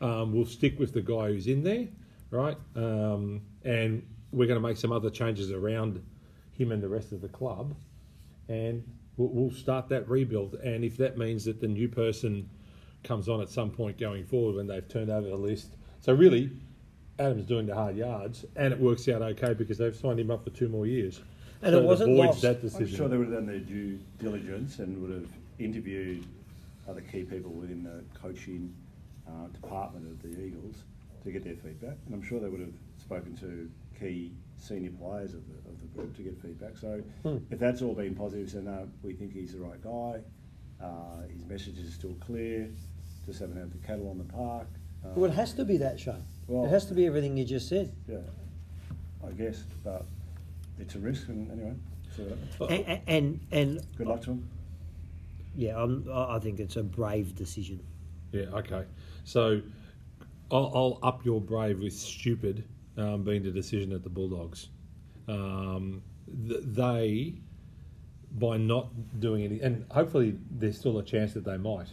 Speaker 4: um, will stick with the guy who's in there, right? Um, and we're going to make some other changes around him and the rest of the club, and we'll, we'll start that rebuild. And if that means that the new person comes on at some point going forward when they've turned over the list, so really, Adam's doing the hard yards, and it works out okay because they've signed him up for two more years.
Speaker 3: And
Speaker 4: So
Speaker 3: it wasn't
Speaker 4: voids
Speaker 3: lost.
Speaker 4: that
Speaker 2: I'm
Speaker 4: decision.
Speaker 2: sure they would have done their due diligence and would have interviewed other key people within the coaching uh, department of the Eagles to get their feedback. And I'm sure they would have spoken to key senior players of the, of the group to get feedback. So if that's all been positive, so no, we think he's the right guy, uh, his message is still clear, just haven't had the cattle on the park. Uh,
Speaker 3: Well, it has to be that show.
Speaker 2: Well-
Speaker 3: it has to be everything you just said.
Speaker 2: yeah, I guess, but it's a risk, and anyway, so
Speaker 3: And, and and
Speaker 2: good luck to him.
Speaker 3: yeah, I'm, I I think it's a brave decision.
Speaker 4: Yeah, okay. So I'll, I'll up your brave with stupid um, being the decision at the Bulldogs. Um, th- they by not doing any, and hopefully there's still a chance that they might,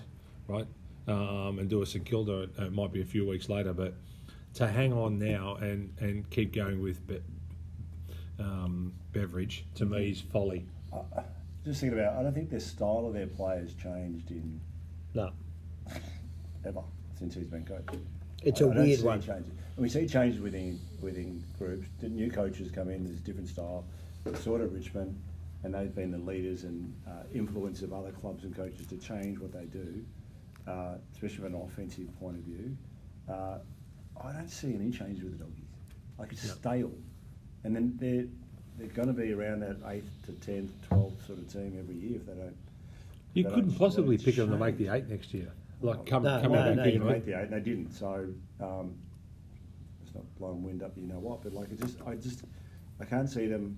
Speaker 4: right? Um, and do a St Kilda. It, it might be a few weeks later, but to hang on now and and keep going with be, um, Beveridge to me is folly.
Speaker 2: Just thinking about, I don't think their style of their play has changed in
Speaker 5: No,
Speaker 2: ever since he's been coach.
Speaker 5: It's
Speaker 2: a
Speaker 5: a weird one.
Speaker 2: Changes. And we see changes within within groups. The new coaches come in, there's a different style. Sort of Richmond, and they've been the leaders and uh, influence of other clubs and coaches to change what they do, uh, especially from an offensive point of view. Uh, I don't see any change with the doggies. Like it's stale, and then they're they're going to be around that eighth to 10th, 12th sort of team every year if they don't.
Speaker 4: You
Speaker 2: They
Speaker 4: couldn't
Speaker 2: don't-
Speaker 4: possibly
Speaker 2: they
Speaker 4: pick them to
Speaker 2: don't
Speaker 4: make the
Speaker 2: change.
Speaker 4: eight next year. Like come,
Speaker 5: No,
Speaker 4: coming
Speaker 5: no,
Speaker 4: back
Speaker 5: no,
Speaker 4: in,
Speaker 5: you
Speaker 4: right?
Speaker 2: make the eight, and they didn't. So um, it's not blowing wind up, you know what? But like, it just, I just, I can't see them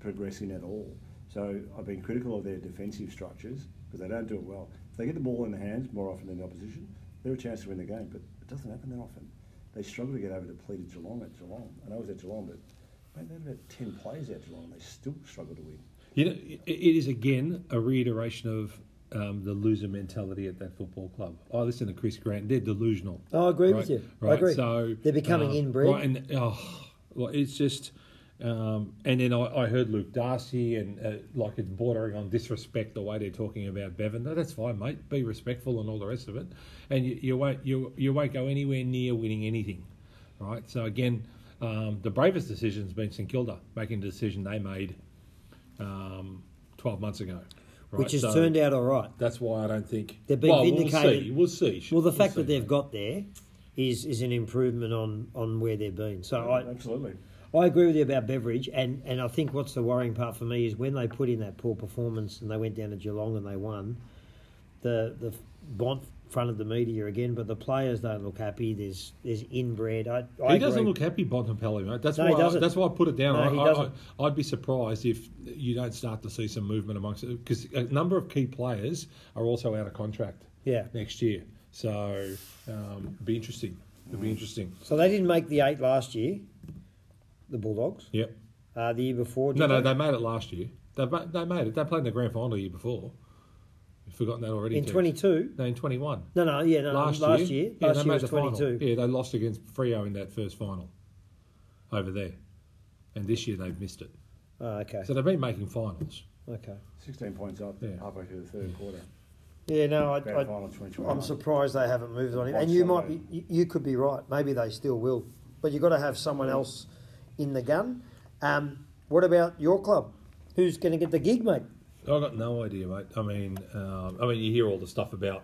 Speaker 2: progressing at all. So I've been critical of their defensive structures because they don't do it well. If they get the ball in the hands more often than the opposition, they're a chance to win the game. But it doesn't happen that often. They struggle to get over depleted Geelong at Geelong. I know it was at Geelong, but man, they had about ten players at Geelong. and They still struggle to win.
Speaker 4: You know, it- it is again a reiteration of um, the loser mentality at that football club. I listen to Chris Grant; they're delusional.
Speaker 5: Oh, I agree with you. I agree.
Speaker 4: So
Speaker 5: They're becoming
Speaker 4: um,
Speaker 5: inbred.
Speaker 4: Right, and oh, well, it's just. Um, and then I, I heard Luke Darcy, and uh, like it's bordering on disrespect the way they're talking about Bevan. No, that's fine, mate. Be respectful and all the rest of it, and you, you won't you you won't go anywhere near winning anything, right? So again, um, the bravest decision's been St Kilda making the decision they made um, 12 months ago. Right?
Speaker 5: which has
Speaker 4: So
Speaker 5: turned out all right.
Speaker 4: That's why I don't think
Speaker 5: They've been
Speaker 4: well,
Speaker 5: vindicated.
Speaker 4: We'll see. We'll see.
Speaker 5: Well, the
Speaker 4: We'll
Speaker 5: fact
Speaker 4: see.
Speaker 5: that they've got there is is an improvement on on where they've been. So I,
Speaker 2: Absolutely.
Speaker 5: I agree with you about Beveridge, and, and I think what's the worrying part for me is when they put in that poor performance and they went down to Geelong and they won, the the Bont fronted the media again, but the players don't look happy. There's there's inbred. I, I
Speaker 4: He doesn't
Speaker 5: agree.
Speaker 4: look happy, Bontempelli, mate. That's
Speaker 5: No, he
Speaker 4: why.
Speaker 5: doesn't.
Speaker 4: that's why I put it down.
Speaker 5: No,
Speaker 4: I,
Speaker 5: he
Speaker 4: I-
Speaker 5: doesn't.
Speaker 4: I, would be surprised if you don't start to see some movement amongst it because a number of key players are also out of contract.
Speaker 5: Yeah.
Speaker 4: next year. So um, be interesting. It'll
Speaker 5: Mm.
Speaker 4: be interesting.
Speaker 5: So they didn't make the eight last year, the Bulldogs.
Speaker 4: Yep.
Speaker 5: Uh, the year before. did
Speaker 4: No, no,
Speaker 5: they?
Speaker 4: they made it last year. They ma- they made it. They played in the grand final the year before. You've forgotten that already.
Speaker 5: in
Speaker 4: Tex.
Speaker 5: twenty two.
Speaker 4: No, in twenty one.
Speaker 5: No, no, yeah, no,
Speaker 4: last, year. Yeah,
Speaker 5: last
Speaker 4: they
Speaker 5: year
Speaker 4: made
Speaker 5: was
Speaker 4: the
Speaker 5: twenty two.
Speaker 4: final. Yeah, they lost against Frio in that first final over there, and this year they've missed it.
Speaker 3: Ah,
Speaker 5: Oh, okay,
Speaker 4: So they've been making finals.
Speaker 5: okay.
Speaker 2: Sixteen points up
Speaker 4: Yeah.
Speaker 2: halfway through the third quarter.
Speaker 3: Yeah, no, I,
Speaker 2: Grand
Speaker 3: I,
Speaker 2: final twenty twenty.
Speaker 3: I'm surprised they haven't moved on. it.
Speaker 2: Watch
Speaker 3: And you might be,
Speaker 2: somebody.
Speaker 3: you, you could be right. Maybe they still will, but you've got to have someone else in the gun. Um, what about your club? Who's going to get the gig, mate?
Speaker 4: I got no idea, mate. I mean, um, I mean, you hear all the stuff about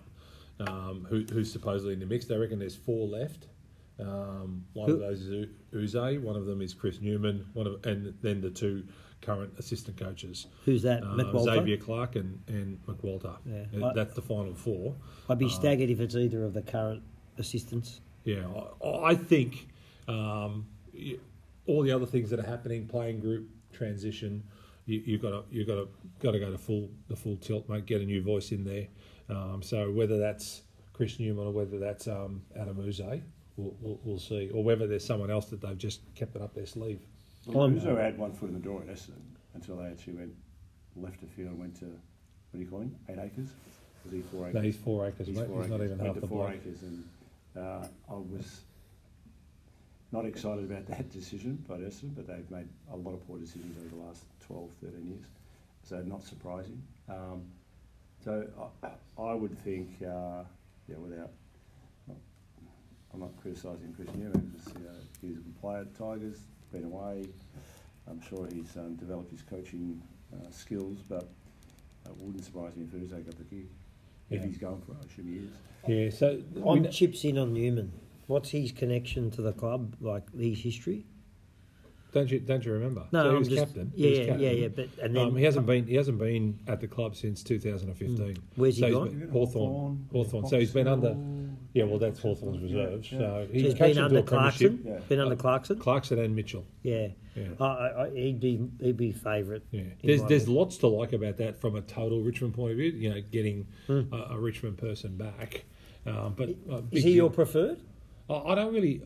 Speaker 4: um, who, who's supposedly in the mix. They reckon there's four left. Um, one of those is U- Uze, one of them is Chris Newman, one of, and then the two current assistant coaches. Um,
Speaker 5: Who's that? McWalter?
Speaker 4: Xavier Clark and, and McWalter.
Speaker 5: Yeah.
Speaker 4: Uh, That's the final four.
Speaker 5: I'd be staggered if it's either of the current assistants.
Speaker 4: Yeah, I, I think um, y- all the other things that are happening, playing group transition, you, you've got to you've got to got to go to full the full tilt, mate. Get a new voice in there. Um, so whether that's Chris Newman or whether that's um, Adam Uze, we'll, we'll, we'll see, or whether there's someone else that they've just kept it up their sleeve.
Speaker 2: Well,
Speaker 4: Um,
Speaker 2: Uzo had one foot in the door at Essendon until they actually went left the field and went to, what do you call him, eight acres? Was he four acres?
Speaker 4: No, he's four acres,
Speaker 2: He's
Speaker 4: mate.
Speaker 2: four
Speaker 4: he's
Speaker 2: acres.
Speaker 4: not even
Speaker 2: Went
Speaker 4: half
Speaker 2: to
Speaker 4: the
Speaker 2: four
Speaker 4: block.
Speaker 2: acres and uh, I was not excited about that decision by Essendon, but they've made a lot of poor decisions over the last 12, 13 years, so not surprising. Um, so I, I would think, uh, yeah, without, not, I'm not criticising Chris Newman, just, you know, he's a good player at Tigers, been away. I'm sure he's um, developed his coaching uh, skills, but it wouldn't surprise me if Uzo got the gig. If
Speaker 4: Yeah.
Speaker 2: he's going for it, I assume he is.
Speaker 4: Yeah, so we
Speaker 5: I'm
Speaker 4: kn-
Speaker 5: chips in on Newman. What's his connection to the club? Like his history?
Speaker 4: don't you don't you remember?
Speaker 5: No,
Speaker 4: so he
Speaker 5: I'm
Speaker 4: was
Speaker 5: just,
Speaker 4: captain.
Speaker 5: Yeah,
Speaker 4: he was
Speaker 5: yeah,
Speaker 4: captain.
Speaker 5: yeah, yeah. But and then
Speaker 4: um, he hasn't been he hasn't been at the club since 2015.
Speaker 5: Mm. Where's he
Speaker 4: so he's
Speaker 5: gone?
Speaker 4: been- Hawthorn. Hawthorn. So he's been under. Yeah, well, that's Hawthorn's reserves. So
Speaker 2: yeah.
Speaker 5: so
Speaker 4: he's,
Speaker 5: he's
Speaker 4: coached
Speaker 5: been
Speaker 4: them
Speaker 5: under
Speaker 4: to a premiership.
Speaker 5: Clarkson.
Speaker 2: Yeah.
Speaker 5: Been under Clarkson.
Speaker 4: Clarkson and Mitchell.
Speaker 5: yeah.
Speaker 4: Yeah.
Speaker 5: I, I, I- he'd be he'd be favourite.
Speaker 4: Yeah,
Speaker 5: in
Speaker 4: there's
Speaker 5: my
Speaker 4: there's
Speaker 5: book.
Speaker 4: lots to like about that from a total Richmond point of view. You know, getting a, a Richmond person back. Um, but
Speaker 5: Hmm.
Speaker 4: uh,
Speaker 5: Is
Speaker 4: big
Speaker 5: he your
Speaker 4: deal.
Speaker 5: preferred?
Speaker 4: I I don't really,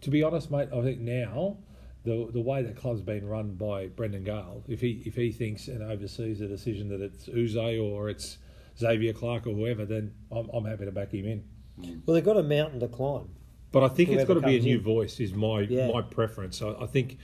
Speaker 4: to be honest, mate. I think now the the way the club's been run by Brendan Gale, if he if he thinks and oversees a decision that it's Uze or it's Xavier Clark or whoever, then I'm, I'm happy to back him in.
Speaker 3: Well, they've got a mountain to climb.
Speaker 4: But I think it's got
Speaker 3: Whoever
Speaker 4: to be a
Speaker 3: comes
Speaker 4: new
Speaker 3: in.
Speaker 4: voice. Is my
Speaker 3: Yeah.
Speaker 4: my preference. I, I think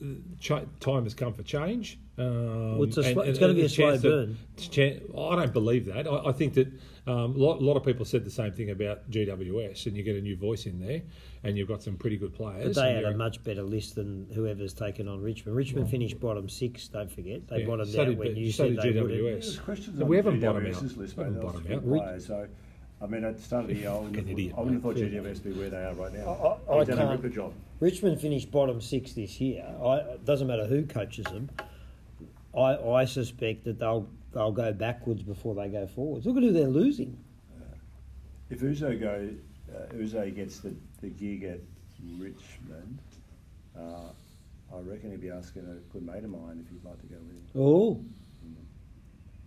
Speaker 4: uh, cha- time has come for change. Um,
Speaker 5: it's a sl- it's gonna be a slow
Speaker 4: chance that-
Speaker 5: burn.
Speaker 4: it's chan- I don't believe that. I, I think that um, a lot, lot of people said the same thing about GWS, and you get a new voice in there, and you've got some pretty good players.
Speaker 5: They
Speaker 4: and
Speaker 5: had a
Speaker 4: you're-
Speaker 5: much better list than whoever's taken on Richmond. Richmond finished bottom six, don't forget. They
Speaker 4: yeah,
Speaker 5: bottomed
Speaker 4: so
Speaker 5: out
Speaker 4: did,
Speaker 5: when
Speaker 4: B-
Speaker 5: you
Speaker 4: so
Speaker 5: said
Speaker 4: did
Speaker 5: they wouldn't.
Speaker 4: GWS.
Speaker 2: There's questions
Speaker 4: But
Speaker 2: on
Speaker 4: we haven't bottomed out.
Speaker 2: GWS's list,
Speaker 4: We
Speaker 2: mate.
Speaker 4: haven't
Speaker 2: There was
Speaker 4: bottomed
Speaker 2: a
Speaker 4: out.
Speaker 2: few players, so, I mean, at the start of the year, I wouldn't
Speaker 4: Fucking idiot,
Speaker 2: have- I wouldn't have thought
Speaker 4: mate.
Speaker 2: GWS be where they are right now.
Speaker 3: I- I
Speaker 2: They've done a
Speaker 3: can't-
Speaker 2: ripper job.
Speaker 5: Richmond finished bottom six this year. I, it doesn't matter who coaches them. I, I suspect that they'll they'll go backwards before they go forwards. Look at who they're losing.
Speaker 2: If Uzo go, uh, Uzo gets the, the gig at Richmond, uh, I reckon he'd be asking a good mate of mine if he'd like to go with him.
Speaker 5: Oh,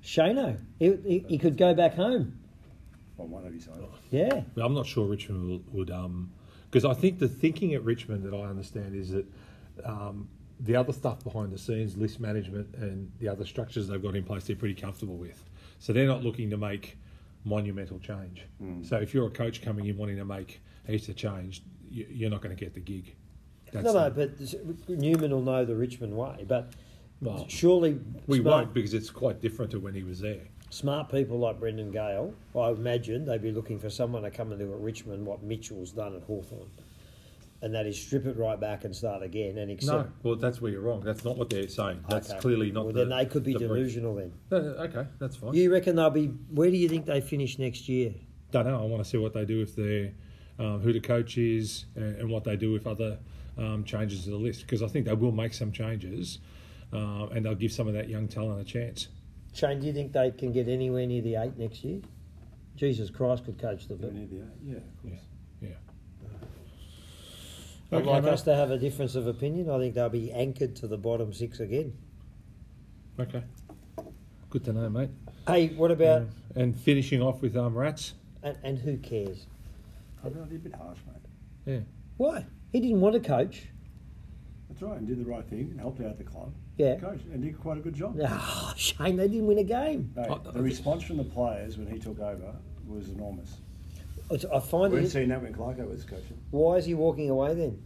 Speaker 5: Shano, he, he, he could go back home.
Speaker 2: On one of his own.
Speaker 4: Oh.
Speaker 5: Yeah,
Speaker 4: I'm not sure Richmond will, would, because I think the thinking at Richmond that I understand is that um, the other stuff behind the scenes, list management, and the other structures they've got in place, they're pretty comfortable with. So they're not looking to make monumental change. So if you're a coach coming in wanting to make heaps of change, you, you're not going to get the gig. That's
Speaker 3: no, no,
Speaker 4: the-
Speaker 3: but s- Newman will know the Richmond way, but
Speaker 4: Well,
Speaker 3: surely
Speaker 4: we
Speaker 3: smart,
Speaker 4: won't because it's quite different to when he was there.
Speaker 3: smart people like Brendan Gale, I imagine they'd be looking for someone to come and do at Richmond what Mitchell's done at Hawthorn, and that is strip it right back and start again and accept.
Speaker 4: No, well, that's where you're wrong. That's not what they're saying. That's
Speaker 3: Okay.
Speaker 4: clearly not.
Speaker 3: Well,
Speaker 4: the,
Speaker 3: then they could be
Speaker 4: the brief.
Speaker 3: delusional. Then
Speaker 4: No, no, okay, that's fine.
Speaker 3: you reckon they'll be? Where do you think they finish next year?
Speaker 4: don't know. I want to see what they do if they, um, who the coach is, and, and what they do with other um, changes to the list. Because I think they will make some changes, um, and they'll give some of that young talent a chance.
Speaker 3: Shane, do you think they can get anywhere near the eight next year? Jesus Christ could coach them.
Speaker 2: Go
Speaker 3: But
Speaker 2: near the eight, Yeah, of course.
Speaker 4: Yeah.
Speaker 3: I'd
Speaker 4: Okay,
Speaker 3: like
Speaker 4: mate.
Speaker 3: us to have a difference of opinion. I think they'll be anchored to the bottom six again.
Speaker 4: Okay. Good to know, mate.
Speaker 3: Hey, what about
Speaker 4: Mm. And finishing off with um, rats.
Speaker 3: and, and who cares?
Speaker 2: I think that'd be a bit harsh, mate.
Speaker 4: Yeah.
Speaker 3: Why? He didn't want to coach.
Speaker 2: That's right, and did the right thing and helped out the club.
Speaker 3: Yeah.
Speaker 2: Coach, and did quite a good job.
Speaker 3: Oh, *laughs* Shane, they didn't win a game.
Speaker 2: Mate,
Speaker 4: Oh,
Speaker 2: the response from the players when he took over was enormous.
Speaker 3: It's- I find
Speaker 2: We
Speaker 3: it.
Speaker 2: hadn't seen that when Clarko was coaching.
Speaker 3: Why is he walking away then?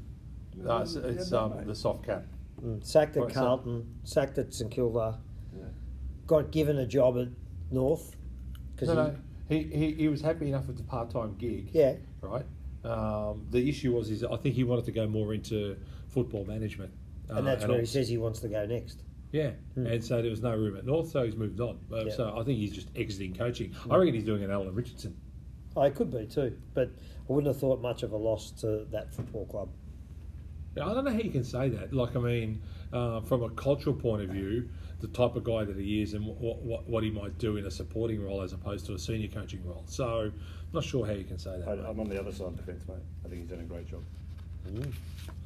Speaker 4: No, it's, it's um, the soft cap.
Speaker 3: Mm, Sacked at
Speaker 4: Right, so-
Speaker 3: Carlton, sacked at St Kilda,
Speaker 2: Yeah.
Speaker 3: got given a job at North. 'cause
Speaker 4: No,
Speaker 3: he-
Speaker 4: no. He, he, he was happy enough with the part time gig.
Speaker 3: Yeah.
Speaker 4: Right. Um, the issue was is I think he wanted to go more into football management. uh,
Speaker 3: And that's where he
Speaker 4: also-
Speaker 3: says he wants to go next.
Speaker 4: Yeah,
Speaker 2: Hmm.
Speaker 4: and so there was no room at North, so he's moved on. Um,
Speaker 3: Yeah.
Speaker 4: So I think he's just exiting coaching.
Speaker 2: Hmm.
Speaker 4: I reckon he's doing an Alan Richardson.
Speaker 3: Oh, it could be too, but I wouldn't have thought much of a loss to that football club.
Speaker 4: Now, I don't know how you can say that. Like, I mean, uh, from a cultural point of view, the type of guy that he is and what, what, what he might do in a supporting role as opposed to a senior coaching role. So, I'm not sure how you can say that.
Speaker 2: I,
Speaker 4: mate.
Speaker 2: I'm on the other side of the fence, mate. I think he's done a great job.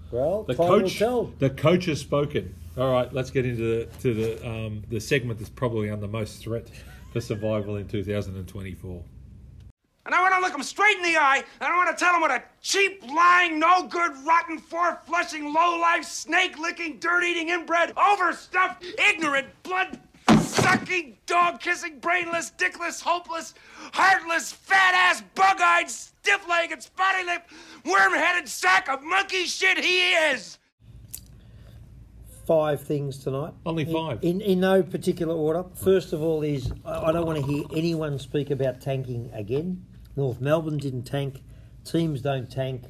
Speaker 3: Well,
Speaker 4: The
Speaker 3: time
Speaker 4: coach,
Speaker 3: will tell.
Speaker 4: the coach has spoken. All right, let's get into the to the um, the segment that's probably under most threat for survival in 2024.
Speaker 8: And I want to look him straight in the eye, and I want to tell him what a cheap, lying, no good, rotten, four flushing, low life, snake licking, dirt eating, inbred, overstuffed, ignorant, blood sucking, dog kissing, brainless, dickless, hopeless, heartless, fat ass, bug eyed, stiff legged, spotty lipped, worm headed sack of monkey shit he is!
Speaker 3: Five things tonight.
Speaker 4: Only
Speaker 3: In-
Speaker 4: five.
Speaker 3: In, in, no particular order. First of all, is I I don't want to hear anyone speak about tanking again. North Melbourne didn't tank. Teams don't tank.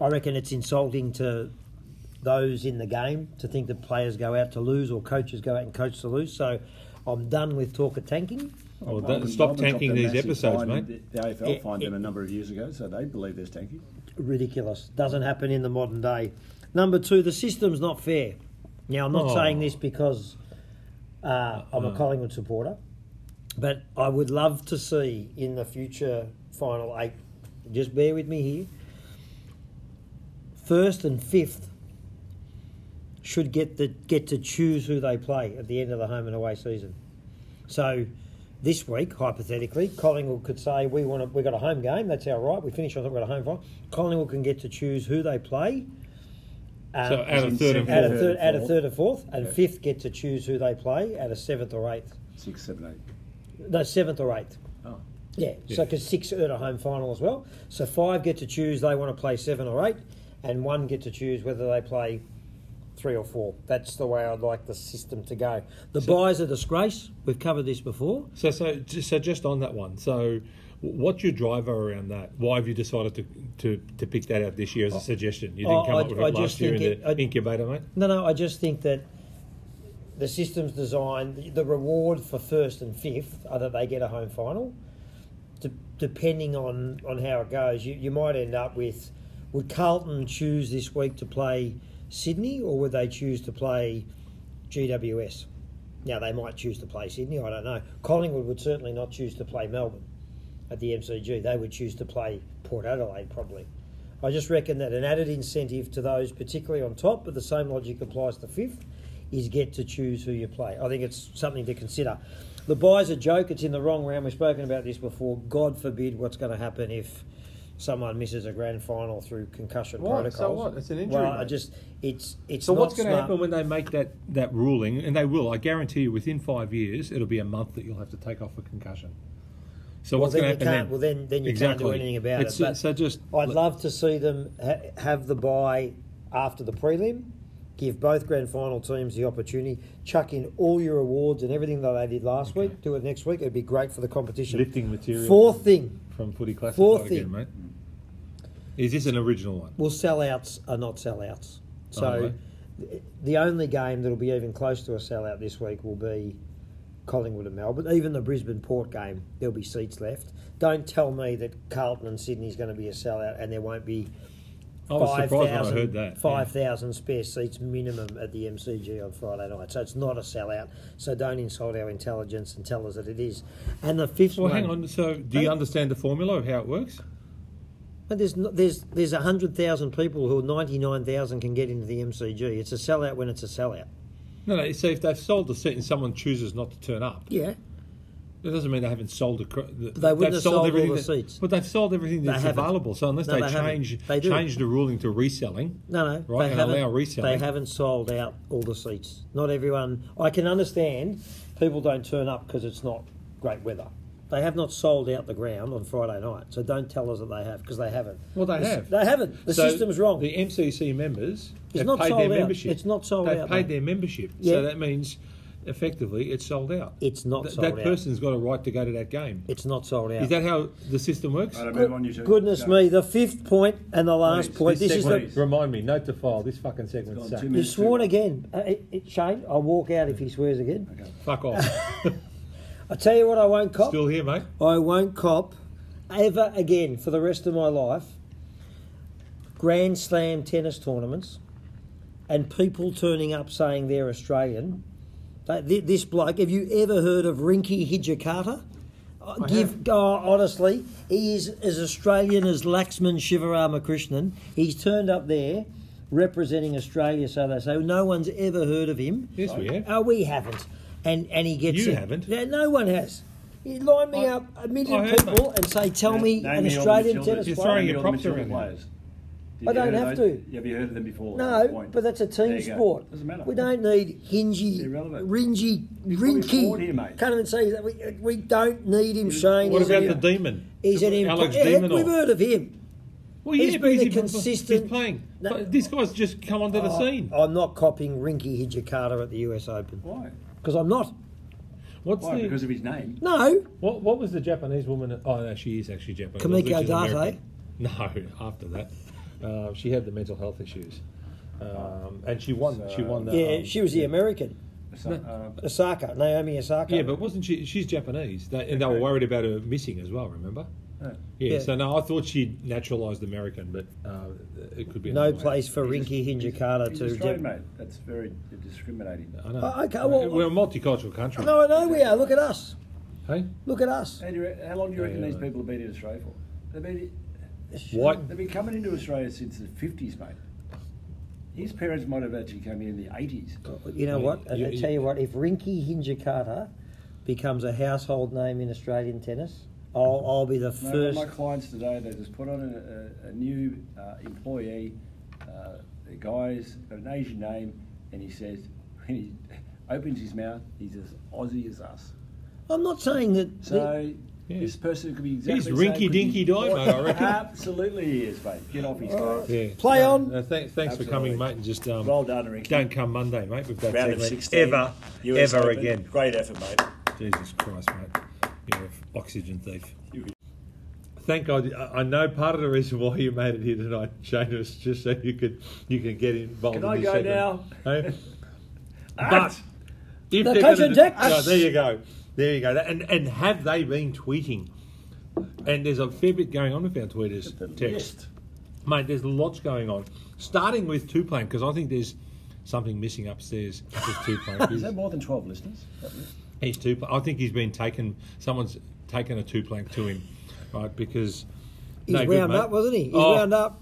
Speaker 3: I reckon it's insulting to those in the game to think that players go out to lose or coaches go out and coach to lose. So I'm done with talk of tanking.
Speaker 4: Well,
Speaker 2: Melbourne-
Speaker 4: that, stop
Speaker 2: Melbourne Oh, dropped
Speaker 4: tanking
Speaker 2: a
Speaker 4: these
Speaker 2: massive
Speaker 4: episodes,
Speaker 2: fine,
Speaker 4: mate.
Speaker 2: and The, the AFL
Speaker 3: Yeah,
Speaker 2: fined
Speaker 3: yeah.
Speaker 2: them a number of years ago, so they believe there's tanking.
Speaker 3: ridiculous. Doesn't happen in the modern day. Number two, the system's not fair. Now, I'm not
Speaker 4: Oh.
Speaker 3: saying this because uh, I'm a Collingwood supporter, but I would love to see in the future final eight. Just bear with me here. First and fifth should get the get to choose who they play at the end of the home and away season. So this week, hypothetically, Collingwood could say we want to, we got a home game. That's our right. We finish on we've got a home final. Collingwood can get to choose who they play, uh, Um,
Speaker 4: So out of third and
Speaker 3: at a
Speaker 4: fourth.
Speaker 3: third, at a third and fourth, and fifth get to choose who they play at a seventh or eighth.
Speaker 2: Six, seven, eight.
Speaker 3: No, seventh or eighth.
Speaker 2: Oh.
Speaker 3: Yeah, so because six are at a home final as well. So five get to choose they want to play seven or eight, and one get to choose whether they play three or four. That's the way I'd like the system to go. The buys are disgrace. We've covered this before.
Speaker 4: So, so, ju- so just on that one. So, w- what's your driver around that? Why have you decided to to, to pick that out this year as a suggestion? You didn't
Speaker 3: Oh,
Speaker 4: come
Speaker 3: I-
Speaker 4: up with
Speaker 3: I
Speaker 4: it
Speaker 3: just
Speaker 4: last year in
Speaker 3: think
Speaker 4: the
Speaker 3: it- I-
Speaker 4: incubator, mate.
Speaker 3: No, no, I just think that the system's designed, the- the reward for first and fifth are that they get a home final. De- depending on, on how it goes, you, you might end up with would Carlton choose this week to play Sydney or would they choose to play GWS? Now, they might choose to play Sydney, I don't know. Collingwood would certainly not choose to play Melbourne at the MCG. They would choose to play Port Adelaide probably. I just reckon that an added incentive to those, particularly on top, but the same logic applies to fifth, is get to choose who you play. I think it's something to consider. The buy's a joke. It's in the wrong round. We've spoken about this before. God forbid what's going to happen if someone misses a grand final through concussion
Speaker 4: What? So
Speaker 3: protocols.
Speaker 4: what? It's an injury,
Speaker 3: Well, I
Speaker 4: mate.
Speaker 3: just it's it's
Speaker 4: So, what's
Speaker 3: not
Speaker 4: going to
Speaker 3: smart.
Speaker 4: happen when they make that, that ruling? And they will. I guarantee you, within five years, it'll be a month that you'll have to take off for concussion. So what's
Speaker 3: then
Speaker 4: going to
Speaker 3: you
Speaker 4: happen
Speaker 3: can't-
Speaker 4: then?
Speaker 3: well, then- then you can't do
Speaker 4: exactly.
Speaker 3: anything about
Speaker 4: It's-
Speaker 3: it, but-
Speaker 4: so just
Speaker 3: I'd love to see them ha- have the buy after the prelim, give both grand final teams the opportunity, chuck in all your awards and everything that they did last week, do it next week. It'd be great for the competition.
Speaker 4: Lifting material.
Speaker 3: Fourth thing,
Speaker 4: from Footy Classic
Speaker 3: Fourth
Speaker 4: again,
Speaker 3: thing.
Speaker 4: mate. Is this an original one?
Speaker 3: well, sellouts are not
Speaker 4: Oh,
Speaker 3: sellouts. So
Speaker 4: right.
Speaker 3: th- the only game that'll be even close to a sellout this week will be Collingwood and Melbourne. Even the Brisbane Port game, there'll be seats left. Don't tell me that Carlton and Sydney's going to be a sellout and there won't be
Speaker 4: I was surprised when I
Speaker 3: 5,000
Speaker 4: heard that. yeah.
Speaker 3: 5,000 spare seats minimum at the MCG on Friday night. So it's not a sellout. So don't insult our intelligence and tell us that it is. And the fifth
Speaker 4: Well,
Speaker 3: one.
Speaker 4: hang on. So, do you
Speaker 3: Hey.
Speaker 4: understand the formula of how it works?
Speaker 3: But there's, no, there's, there's 100,000 people who 99,000 can get into the MCG. It's a sellout when it's a sellout.
Speaker 4: No, no. So, if they've sold the seat and someone chooses not to turn up,
Speaker 3: Yeah.
Speaker 4: It doesn't mean they haven't sold the. cr- the
Speaker 3: They wouldn't
Speaker 4: they've
Speaker 3: have sold all
Speaker 4: everything
Speaker 3: the
Speaker 4: that-
Speaker 3: seats.
Speaker 4: But they've sold everything that's
Speaker 3: haven't.
Speaker 4: available. So unless
Speaker 3: No,
Speaker 4: they,
Speaker 3: they haven't.
Speaker 4: change
Speaker 3: They do.
Speaker 4: change the ruling to reselling,
Speaker 3: No, no.
Speaker 4: Right,
Speaker 3: they
Speaker 4: and
Speaker 3: haven't,
Speaker 4: allow reselling.
Speaker 3: They haven't sold out all the seats. Not everyone. I can understand people don't turn up because it's not great weather. They have not sold out the ground on Friday night, so don't tell us that they have because they haven't.
Speaker 4: Well, they
Speaker 3: The s-
Speaker 4: have.
Speaker 3: They haven't. The
Speaker 4: So
Speaker 3: system's wrong.
Speaker 4: The MCC members
Speaker 3: It's
Speaker 4: have
Speaker 3: not
Speaker 4: paid
Speaker 3: sold
Speaker 4: their
Speaker 3: out.
Speaker 4: membership.
Speaker 3: It's not sold
Speaker 4: They've
Speaker 3: out,
Speaker 4: paid
Speaker 3: mate.
Speaker 4: their membership.
Speaker 3: Yeah.
Speaker 4: So that means, effectively, it's sold out.
Speaker 3: it's not
Speaker 4: Th-
Speaker 3: sold
Speaker 4: that
Speaker 3: out.
Speaker 4: person's got a right to go to that game.
Speaker 3: it's not sold out.
Speaker 4: Is that how the system works?
Speaker 2: All right,
Speaker 3: Good-
Speaker 2: move on, you two.
Speaker 3: goodness
Speaker 2: Go.
Speaker 3: me! The fifth point and the last
Speaker 2: Please,
Speaker 3: point. This,
Speaker 2: this
Speaker 3: is
Speaker 2: segment
Speaker 3: the.
Speaker 2: is-
Speaker 4: Remind me, note to file. This fucking segment
Speaker 2: Gone
Speaker 4: sucks.
Speaker 2: two
Speaker 3: You've
Speaker 2: minutes,
Speaker 3: sworn
Speaker 2: two-
Speaker 3: again, Uh, it- it- Shane. I'll walk out if he swears again.
Speaker 4: Fuck
Speaker 3: *laughs*
Speaker 4: off.
Speaker 3: I tell you what, I won't cop.
Speaker 4: Still here, mate.
Speaker 3: I won't cop ever again for the rest of my life Grand Slam tennis tournaments and people turning up saying they're Australian. They- thi- This bloke, have you ever heard of Rinky Hijikata? Uh, Give oh, honestly, he is as Australian as Laxman Shivaramakrishnan. He's turned up there representing Australia, so they say. No one's ever heard of him.
Speaker 4: Yes, we have.
Speaker 3: Oh, we haven't. And and he gets
Speaker 4: You
Speaker 3: in.
Speaker 4: haven't.
Speaker 3: No, no one has. You line me
Speaker 4: I-
Speaker 3: up a million
Speaker 4: I heard
Speaker 3: people and say, "Tell
Speaker 2: Na-
Speaker 3: me
Speaker 2: name
Speaker 3: an
Speaker 2: me all the
Speaker 3: Australian
Speaker 2: Matildas.
Speaker 3: tennis
Speaker 4: You're
Speaker 3: player."
Speaker 4: throwing
Speaker 2: Name me
Speaker 4: your
Speaker 2: all the
Speaker 4: props
Speaker 2: Matilda
Speaker 4: around.
Speaker 2: players.
Speaker 3: I
Speaker 2: Have you
Speaker 3: don't
Speaker 2: heard of
Speaker 3: have
Speaker 2: those?
Speaker 3: to.
Speaker 2: Have you heard of them before? That's the
Speaker 3: No,
Speaker 2: point.
Speaker 3: but that's a
Speaker 2: There
Speaker 3: team
Speaker 2: you go.
Speaker 3: sport.
Speaker 2: Doesn't matter.
Speaker 3: We don't need hingy,
Speaker 2: Irrelevant.
Speaker 3: ringy,
Speaker 2: You've probably bored
Speaker 3: rinky.
Speaker 2: here, mate.
Speaker 3: Can't even say that. We, we don't need him, Shane.
Speaker 4: What
Speaker 3: He's
Speaker 4: about
Speaker 3: an-
Speaker 4: the demon?
Speaker 3: He's an
Speaker 4: Alex
Speaker 3: *laughs* impo- Yeah,
Speaker 4: Demon.
Speaker 3: We've heard of him.
Speaker 4: Well,
Speaker 3: He's
Speaker 4: yeah,
Speaker 3: been
Speaker 4: but
Speaker 3: a
Speaker 4: he's consistent.
Speaker 3: consistent-
Speaker 4: He's playing.
Speaker 3: No. Oh,
Speaker 4: But this guy's just come onto the scene.
Speaker 3: I'm not copying Rinky Hijikata at the US Open
Speaker 2: Why?
Speaker 3: because I'm not.
Speaker 4: What's
Speaker 2: Why?
Speaker 4: the
Speaker 2: Because of his name.
Speaker 3: No,
Speaker 4: what? What was the Japanese woman? Oh, no, she is actually Japanese.
Speaker 3: Kamiko
Speaker 4: I thought she was
Speaker 3: Date?
Speaker 4: American. *laughs* No, after that, uh, she had the mental health issues, um, and she won. she won the.
Speaker 3: yeah,
Speaker 4: um,
Speaker 3: she was the American
Speaker 2: So, uh,
Speaker 3: Osaka, Naomi Osaka.
Speaker 4: Yeah, but wasn't she? She's Japanese, they, and they were worried about her missing as well. Remember?
Speaker 2: Yeah.
Speaker 4: Yeah.
Speaker 3: Yeah.
Speaker 4: So no, I thought she naturalised American, but uh, it could be
Speaker 3: no
Speaker 4: another way.
Speaker 3: place for Rinky Hijikata
Speaker 2: he's
Speaker 3: to.
Speaker 2: Australian, mate. That's very discriminating.
Speaker 4: I know.
Speaker 3: Oh, okay, well-
Speaker 4: we're a multicultural country.
Speaker 3: No, I know we are. Look at us.
Speaker 4: Hey,
Speaker 3: Look at us.
Speaker 2: How, do you, re- how long do you reckon
Speaker 4: Yeah,
Speaker 2: these
Speaker 4: mate.
Speaker 2: people have been in Australia for? They've been,
Speaker 4: white.
Speaker 2: they've been coming into Australia since the 50s, mate. His parents might have actually come here in the 80s.
Speaker 3: You know
Speaker 4: Well,
Speaker 3: what?
Speaker 4: you-
Speaker 3: I
Speaker 4: you-
Speaker 3: tell you what. If Rinky Hinjakata becomes a household name in Australian tennis, I'll, I'll be the
Speaker 2: No,
Speaker 3: first.
Speaker 2: My clients today, they just put on a, a, a new uh, employee uh, the guy's got an Asian name, and he says, *laughs* when he opens his mouth, he's as Aussie as us.
Speaker 3: I'm not saying that.
Speaker 2: So this person could be exactly
Speaker 4: He's
Speaker 2: the same, could be-
Speaker 4: rinky-dinky dive, mate, I reckon.
Speaker 2: Absolutely, he is, mate. Get off his case.
Speaker 4: Yeah.
Speaker 9: Play
Speaker 4: No,
Speaker 9: on.
Speaker 4: no, thank- thanks for
Speaker 2: Absolutely.
Speaker 4: coming, mate. And just um,
Speaker 2: Well done, Ricky.
Speaker 4: don't come Monday, mate. With that
Speaker 2: Round of
Speaker 4: segment
Speaker 2: 16,
Speaker 4: ever,
Speaker 2: US
Speaker 4: ever
Speaker 2: Open.
Speaker 4: again.
Speaker 2: Great effort, mate.
Speaker 4: Jesus Christ, mate. You're an oxygen thief. Thank God. I- I know part of the reason why you made it here tonight, Shane, was just so you could you can get involved.
Speaker 2: Can
Speaker 4: in
Speaker 2: I
Speaker 4: this
Speaker 2: go
Speaker 4: segment. Hey? but
Speaker 2: Art.
Speaker 4: if
Speaker 3: The
Speaker 4: they're
Speaker 3: coach
Speaker 4: gonna
Speaker 3: and
Speaker 4: do-
Speaker 3: Dick.
Speaker 4: Yeah, there you go, there you go. And and have they been tweeting? And there's a fair bit going on with our tweeters.
Speaker 2: The
Speaker 4: Text
Speaker 2: list.
Speaker 4: mate. There's lots going on, starting with Tuplan because I think there's something missing upstairs with
Speaker 3: *laughs*
Speaker 4: Tuplan.
Speaker 2: Is that more than 12 listeners? That list?
Speaker 4: He's two. I think he's been taken. Someone's taken a two plank to him, right? Because
Speaker 3: He's
Speaker 4: no good,
Speaker 3: wound
Speaker 4: mate.
Speaker 3: up, wasn't he? He's
Speaker 4: Oh.
Speaker 3: wound up.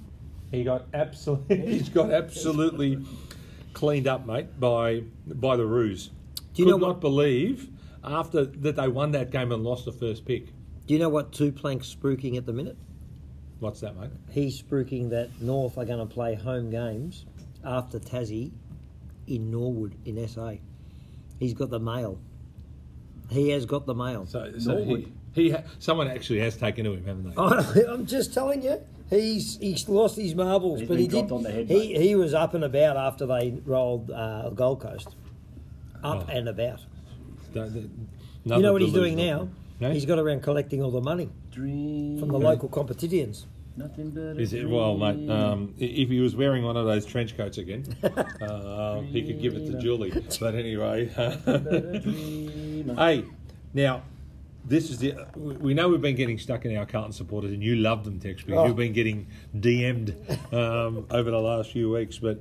Speaker 4: He got absolutely. *laughs* He's got absolutely cleaned up, mate, by by the ruse.
Speaker 3: Do you
Speaker 4: Could
Speaker 3: know
Speaker 4: not
Speaker 3: what-
Speaker 4: believe after that they won that game and lost the first pick.
Speaker 3: Do you know what two planks spruiking at the minute?
Speaker 4: What's that, mate?
Speaker 3: He's spruiking that North are going to play home games after Tassie in Norwood in SA. He's got the mail. He has got the mail.
Speaker 4: So, so he,
Speaker 2: Norwood.
Speaker 4: he ha- someone actually has taken to him, haven't they?
Speaker 3: Oh. *laughs* I'm just telling you, he's he's lost his marbles,
Speaker 2: He's
Speaker 3: but
Speaker 2: been
Speaker 3: he did.
Speaker 2: dropped on the head,
Speaker 3: he he was up and about after they rolled uh, Gold Coast,
Speaker 2: Oh.
Speaker 3: up and about.
Speaker 4: Don't- they-
Speaker 3: You know
Speaker 4: another
Speaker 3: what he's doing now?
Speaker 4: delusional- No?
Speaker 3: He's got around collecting all the money
Speaker 2: Dream.
Speaker 3: from the local competitions.
Speaker 2: Nothing but a
Speaker 4: Is it well, mate?
Speaker 2: dream.
Speaker 4: Um, i- if he was wearing one of those trench coats
Speaker 3: *laughs*
Speaker 4: again, uh, he could give it to Julie. But anyway, *laughs*
Speaker 3: uh,
Speaker 2: *laughs*
Speaker 4: hey, now this is the. We know we've been getting stuck in our Carlton supporters, and you love them, Tex, because you've been getting DM'd um, over the last few weeks. But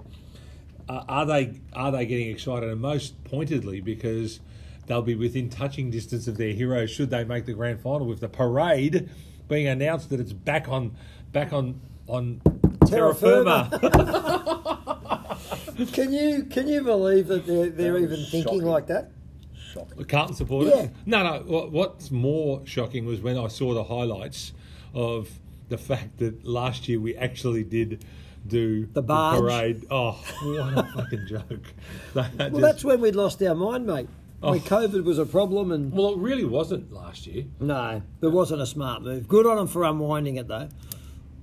Speaker 4: uh, are they are they getting excited? And most pointedly, because they'll be within touching distance of their heroes should they make the grand final. With the parade being announced that it's back on back on on terra firma. *laughs*
Speaker 9: Can you can you believe that they're, theyey're
Speaker 2: That was
Speaker 9: even thinking
Speaker 2: shocking.
Speaker 9: like that?
Speaker 2: Shocking.
Speaker 4: Carlton supporters.
Speaker 9: Yeah.
Speaker 4: No, no. What, what's more shocking was when I saw the highlights of the fact that last year we actually did do the
Speaker 3: barge.
Speaker 4: parade. Oh, what a fucking joke! *laughs* That
Speaker 9: Well,
Speaker 4: just-
Speaker 9: that's when we'd lost our mind, mate. When
Speaker 4: Oh.
Speaker 9: COVID was a problem, and
Speaker 4: well, it really wasn't last year.
Speaker 3: No, it wasn't a smart move. Good on them for unwinding it though.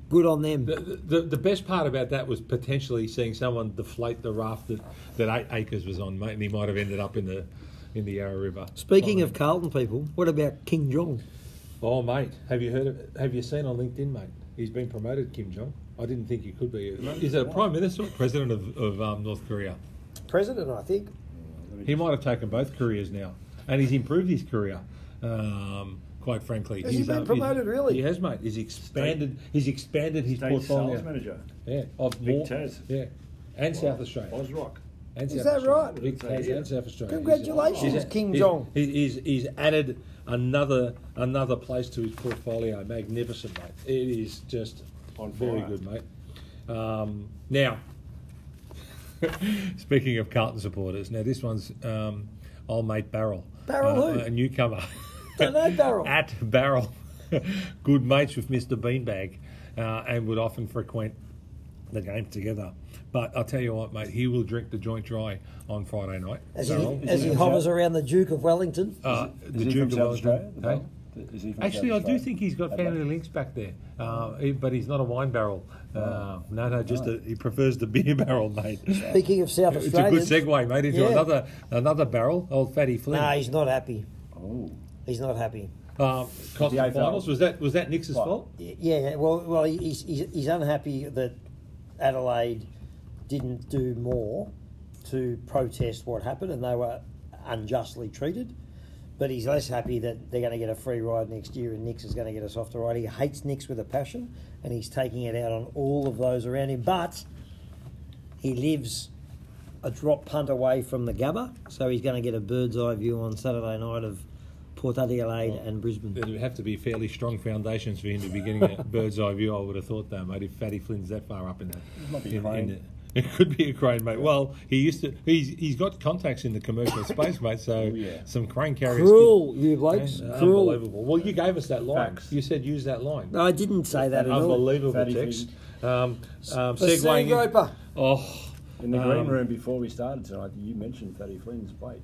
Speaker 3: Good on them.
Speaker 4: The, the, the best part about that was potentially seeing someone deflate the raft that, that eight acres was on, mate, and he might have ended up in the in the Yarra River.
Speaker 3: Speaking of Carlton people, what about King Jong?
Speaker 4: oh, mate, have you heard? Of, have you seen on LinkedIn, mate? He's been promoted, Kim Jong. I didn't think he could be. Is it a prime minister, or president of, of um, North Korea?
Speaker 9: president, I think.
Speaker 4: He might have taken both careers now, and he's improved his career. Um, quite frankly,
Speaker 9: Has he
Speaker 4: He's,
Speaker 9: been
Speaker 4: uh, he's-
Speaker 9: promoted, really?
Speaker 4: He has, mate. He's expanded. he's expanded his
Speaker 2: State
Speaker 4: portfolio.
Speaker 2: sales manager.
Speaker 4: Yeah, of
Speaker 2: Big
Speaker 4: more.
Speaker 2: Taz.
Speaker 4: Yeah, and South Australia.
Speaker 2: Oz Rock.
Speaker 4: And
Speaker 9: Is
Speaker 4: South
Speaker 9: that
Speaker 4: Australia.
Speaker 9: right?
Speaker 4: Big Taz
Speaker 2: Yeah.
Speaker 4: and South Australia.
Speaker 9: Congratulations,
Speaker 4: He's-
Speaker 9: King
Speaker 4: he's-
Speaker 9: Jong.
Speaker 4: He's, he's, he's added another another place to his portfolio. Magnificent, mate. It is just
Speaker 2: On
Speaker 4: very
Speaker 2: fire.
Speaker 4: good, mate. Um, now, *laughs* speaking of Carlton supporters, now this one's um, old mate Barrel.
Speaker 9: Barrel
Speaker 4: Uh,
Speaker 9: who?
Speaker 4: A newcomer.
Speaker 9: Don't know Barrel.
Speaker 4: At Barrel. *laughs* good mates with Mr. Beanbag uh, and would often frequent the games together. But I'll tell you what, mate, he will drink the joint dry on Friday night.
Speaker 3: As
Speaker 4: Barrel.
Speaker 3: he, as he hovers around the Duke of Wellington.
Speaker 4: Uh,
Speaker 2: Is
Speaker 4: the
Speaker 2: he from
Speaker 4: Duke of
Speaker 2: South Australia?
Speaker 4: Wellington. Hey?
Speaker 2: Is he
Speaker 4: Actually,
Speaker 2: from
Speaker 4: I
Speaker 2: South
Speaker 4: do
Speaker 2: Australia?
Speaker 4: think he's got
Speaker 2: Adelaide.
Speaker 4: family links back there, uh, he- but he's not a wine barrel. Uh, no, no, just a, he prefers the *laughs* beer barrel, mate.
Speaker 3: Speaking of South
Speaker 4: It's a good
Speaker 3: Australians,
Speaker 4: segue, mate, into
Speaker 3: Yeah.
Speaker 4: another another barrel, old Fatty Flynn.
Speaker 3: nah, he's not happy.
Speaker 2: Oh,
Speaker 3: He's not happy.
Speaker 4: Um, cost
Speaker 2: The
Speaker 4: the
Speaker 2: AFL.
Speaker 4: finals was that was that Nick's
Speaker 2: What?
Speaker 4: fault?
Speaker 3: Yeah, well, well, he's, he's, he's unhappy that Adelaide didn't do more to protest what happened, and they were unjustly treated. But he's less happy that they're going to get a free ride next year, and Nix is going to get a softer ride. He hates Nix with a passion, and he's taking it out on all of those around him. But he lives a drop punt away from the Gabba, so he's going to get a bird's eye view on Saturday night of Port Adelaide and Brisbane.
Speaker 4: There would have to be fairly strong foundations for him to be getting
Speaker 2: *laughs*
Speaker 4: a bird's eye view. I would have thought, though, mate, if Fatty Flynn's that far up in that,
Speaker 2: might be a crane.
Speaker 4: *laughs* it could be a crane, mate. Well, he used to. He's he's got contacts in the
Speaker 2: *coughs*
Speaker 4: commercial space, mate. So
Speaker 2: Oh, yeah.
Speaker 4: some crane carriers.
Speaker 3: Cruel, you blokes.
Speaker 4: Yeah,
Speaker 3: Cruel.
Speaker 4: Unbelievable. Well, you gave us that line.
Speaker 2: Facts.
Speaker 4: You said use that line.
Speaker 3: No, I didn't say that at all.
Speaker 4: Unbelievable
Speaker 2: Fatty
Speaker 4: text.
Speaker 2: Flynn.
Speaker 4: Um, um,
Speaker 10: The
Speaker 4: segueing in-
Speaker 10: Sandgroper.
Speaker 4: Oh,
Speaker 2: In the green room before we started tonight, you mentioned Fatty Flynn's plate.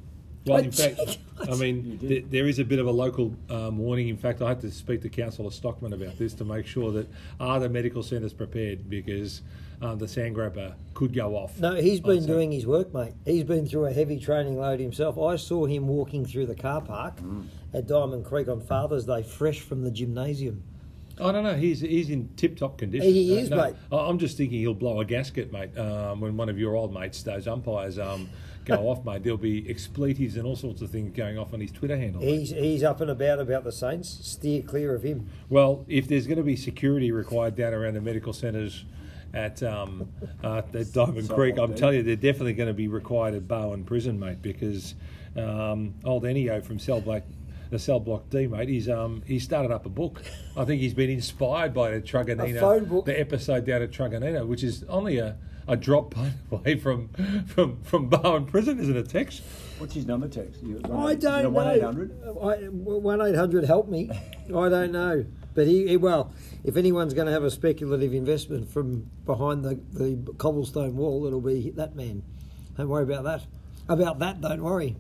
Speaker 4: Well,
Speaker 3: I
Speaker 4: in fact, I
Speaker 2: You
Speaker 4: mean,
Speaker 2: did.
Speaker 4: th- there is a bit of a local um, warning. In fact, I had to speak to Councillor Stockman about this to make sure that are the medical centres prepared because um, the sandgrabber could go off.
Speaker 3: No, he's
Speaker 4: Oh,
Speaker 3: been
Speaker 4: so-
Speaker 3: doing his work, mate. He's been through a heavy training load himself. I saw him walking through the car park at Diamond Creek on Father's Day, fresh from the gymnasium.
Speaker 4: I don't know. He's he's in tip-top condition.
Speaker 3: He
Speaker 4: Uh,
Speaker 3: is, mate.
Speaker 4: I- I'm just thinking he'll blow a gasket, mate. Um, when one of your old mates, those umpires, um,
Speaker 3: *laughs*
Speaker 4: go off, mate, there'll be expletives and all sorts of things going off on his Twitter handle. mate.
Speaker 3: He's he's up and about about the Saints. Steer clear of him.
Speaker 4: Well, if there's going to be security required down around the medical centres at um, uh, at Diamond Creek, I'm telling you, they're definitely going to be required at Bowen Prison, mate, because um, old Enio from Cell Block, the Cell Block D, mate, he's um, he started up a book. I think he's been inspired by the Truganina,
Speaker 10: A phone book.
Speaker 4: the episode down at Truganina, which is only a, a drop punt away from from from Bowen Prison, isn't it, Tex?
Speaker 2: What's his number text? You,
Speaker 3: I don't know.
Speaker 2: One eight hundred.
Speaker 3: One eight hundred, help me. I don't know. But he, he well, if anyone's going to have a speculative investment from behind the, the cobblestone wall, it'll be that man. Don't worry about that. About that, don't worry.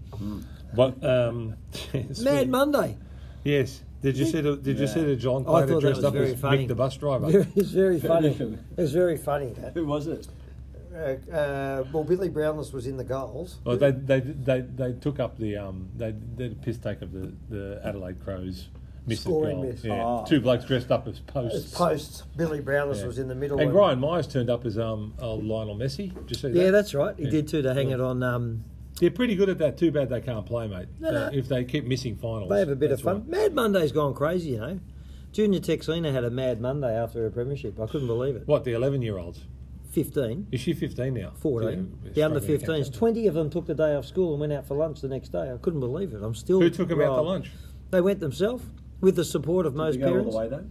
Speaker 4: But um, *laughs*
Speaker 3: Mad Monday.
Speaker 4: Yes. Did you see the Did you see the John
Speaker 3: I
Speaker 4: Plater
Speaker 3: thought that
Speaker 4: dressed
Speaker 3: was
Speaker 4: up
Speaker 3: very
Speaker 4: as
Speaker 3: funny.
Speaker 4: Mick the bus driver?
Speaker 3: *laughs* It's very funny.
Speaker 4: *laughs*
Speaker 3: It's very funny that.
Speaker 2: Who was it?
Speaker 3: Uh, uh, well, Billy Brownless was in the goals.
Speaker 4: well, they, they they they took up the um they did a piss take of the, the Adelaide Crows missed
Speaker 3: Scoring
Speaker 4: goal.
Speaker 3: miss.
Speaker 4: Yeah.
Speaker 2: Ah.
Speaker 4: Two blokes dressed up as posts.
Speaker 3: It's post. Billy Brownless
Speaker 4: Yeah.
Speaker 3: was in the middle.
Speaker 4: And Brian Myers turned up as um old Lionel Messi. Did you see that?
Speaker 3: Yeah, that's right. He
Speaker 4: Yeah.
Speaker 3: did too to hang it on. Um,
Speaker 4: They're pretty good at that. Too bad they can't play, mate. Uh, if they keep missing finals,
Speaker 3: They have a bit
Speaker 4: that's
Speaker 3: of fun.
Speaker 4: right.
Speaker 3: Mad Monday's gone crazy, you know. Junior Texina had a mad Monday after her premiership. I couldn't believe it.
Speaker 4: What the eleven-year-olds?
Speaker 3: 15,
Speaker 4: Is she fifteen now?
Speaker 3: 14,
Speaker 4: Yeah,
Speaker 3: the under
Speaker 4: struggling to catch
Speaker 3: 15s.
Speaker 4: up.
Speaker 3: 20 of them took the day off school and went out for lunch the next day. I couldn't believe it. I'm still.
Speaker 4: Who took them out to
Speaker 3: riled.
Speaker 4: lunch?
Speaker 3: They went themselves with the support of
Speaker 2: Did
Speaker 3: most
Speaker 2: you go all
Speaker 3: parents.
Speaker 2: the way though?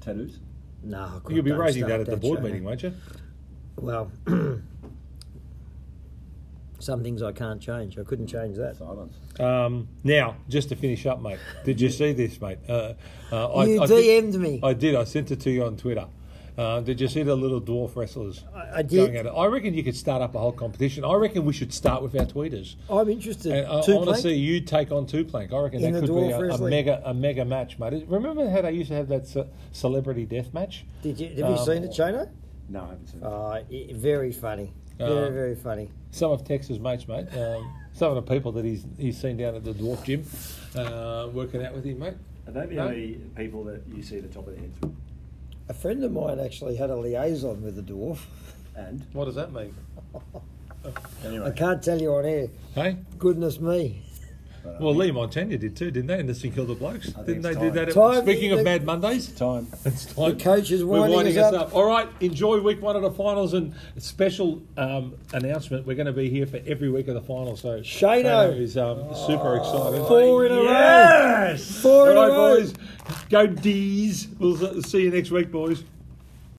Speaker 2: Tattoos.
Speaker 3: No, God,
Speaker 4: You'll be
Speaker 3: don't
Speaker 4: raising that
Speaker 3: start
Speaker 4: at the board
Speaker 3: Shane.
Speaker 4: meeting, won't you?
Speaker 3: Well, *clears throat* some things I can't change. I couldn't change that.
Speaker 2: Silence.
Speaker 4: Um, now, just to finish up, mate, did you see this, mate? Uh, uh, I,
Speaker 3: You
Speaker 4: I did-
Speaker 3: DM'd me.
Speaker 4: I did. I sent it to you on Twitter. Uh, did you see the little dwarf wrestlers
Speaker 3: I- I did.
Speaker 4: going at it? I reckon you could start up a whole competition. I reckon we should start with our tweeters.
Speaker 3: I'm interested.
Speaker 4: And uh, I, I
Speaker 3: Two
Speaker 4: want to
Speaker 3: plank?
Speaker 4: see you take on two plank. I reckon
Speaker 3: In
Speaker 4: that
Speaker 3: the
Speaker 4: could be
Speaker 3: dwarf
Speaker 4: a, a
Speaker 3: wrestling.
Speaker 4: mega a mega match, mate. Remember how they used to have that ce- celebrity death match?
Speaker 3: Did you, have you
Speaker 4: um,
Speaker 3: seen it, Chano?
Speaker 2: No, I haven't seen. it.
Speaker 3: Uh, i- very funny. Very,
Speaker 4: Uh,
Speaker 3: very funny.
Speaker 4: Some of Tex's mates, mate. Um, some of the people that he's he's seen down at the dwarf gym, uh, working out with him, mate.
Speaker 2: Are they the
Speaker 4: No.
Speaker 2: only people that you see the top of their heads with?
Speaker 3: A friend of mine actually had a liaison with a dwarf.
Speaker 2: And
Speaker 4: What does that mean?
Speaker 3: I
Speaker 2: anyway,
Speaker 3: can't tell you on air.
Speaker 4: Hey.
Speaker 3: Goodness me.
Speaker 4: Well, Lee Montagna did too, didn't they? In the St Kilda Blokes,
Speaker 2: think
Speaker 4: didn't
Speaker 2: it's
Speaker 4: they
Speaker 2: time.
Speaker 4: do that? At,
Speaker 3: Time.
Speaker 4: speaking of
Speaker 3: The-
Speaker 4: Mad Mondays, *laughs*
Speaker 2: time.
Speaker 4: it's time.
Speaker 3: coach is
Speaker 4: We're
Speaker 3: winding us up.
Speaker 4: All right, enjoy week one of the finals and a special um, announcement. We're going to be here for every week of the finals. So
Speaker 3: Shano.
Speaker 4: is um, super excited.
Speaker 3: Four in a row.
Speaker 4: yes!
Speaker 3: Four in a
Speaker 4: All right,
Speaker 3: row.
Speaker 4: boys. Go D's. We'll s- see you next week, boys.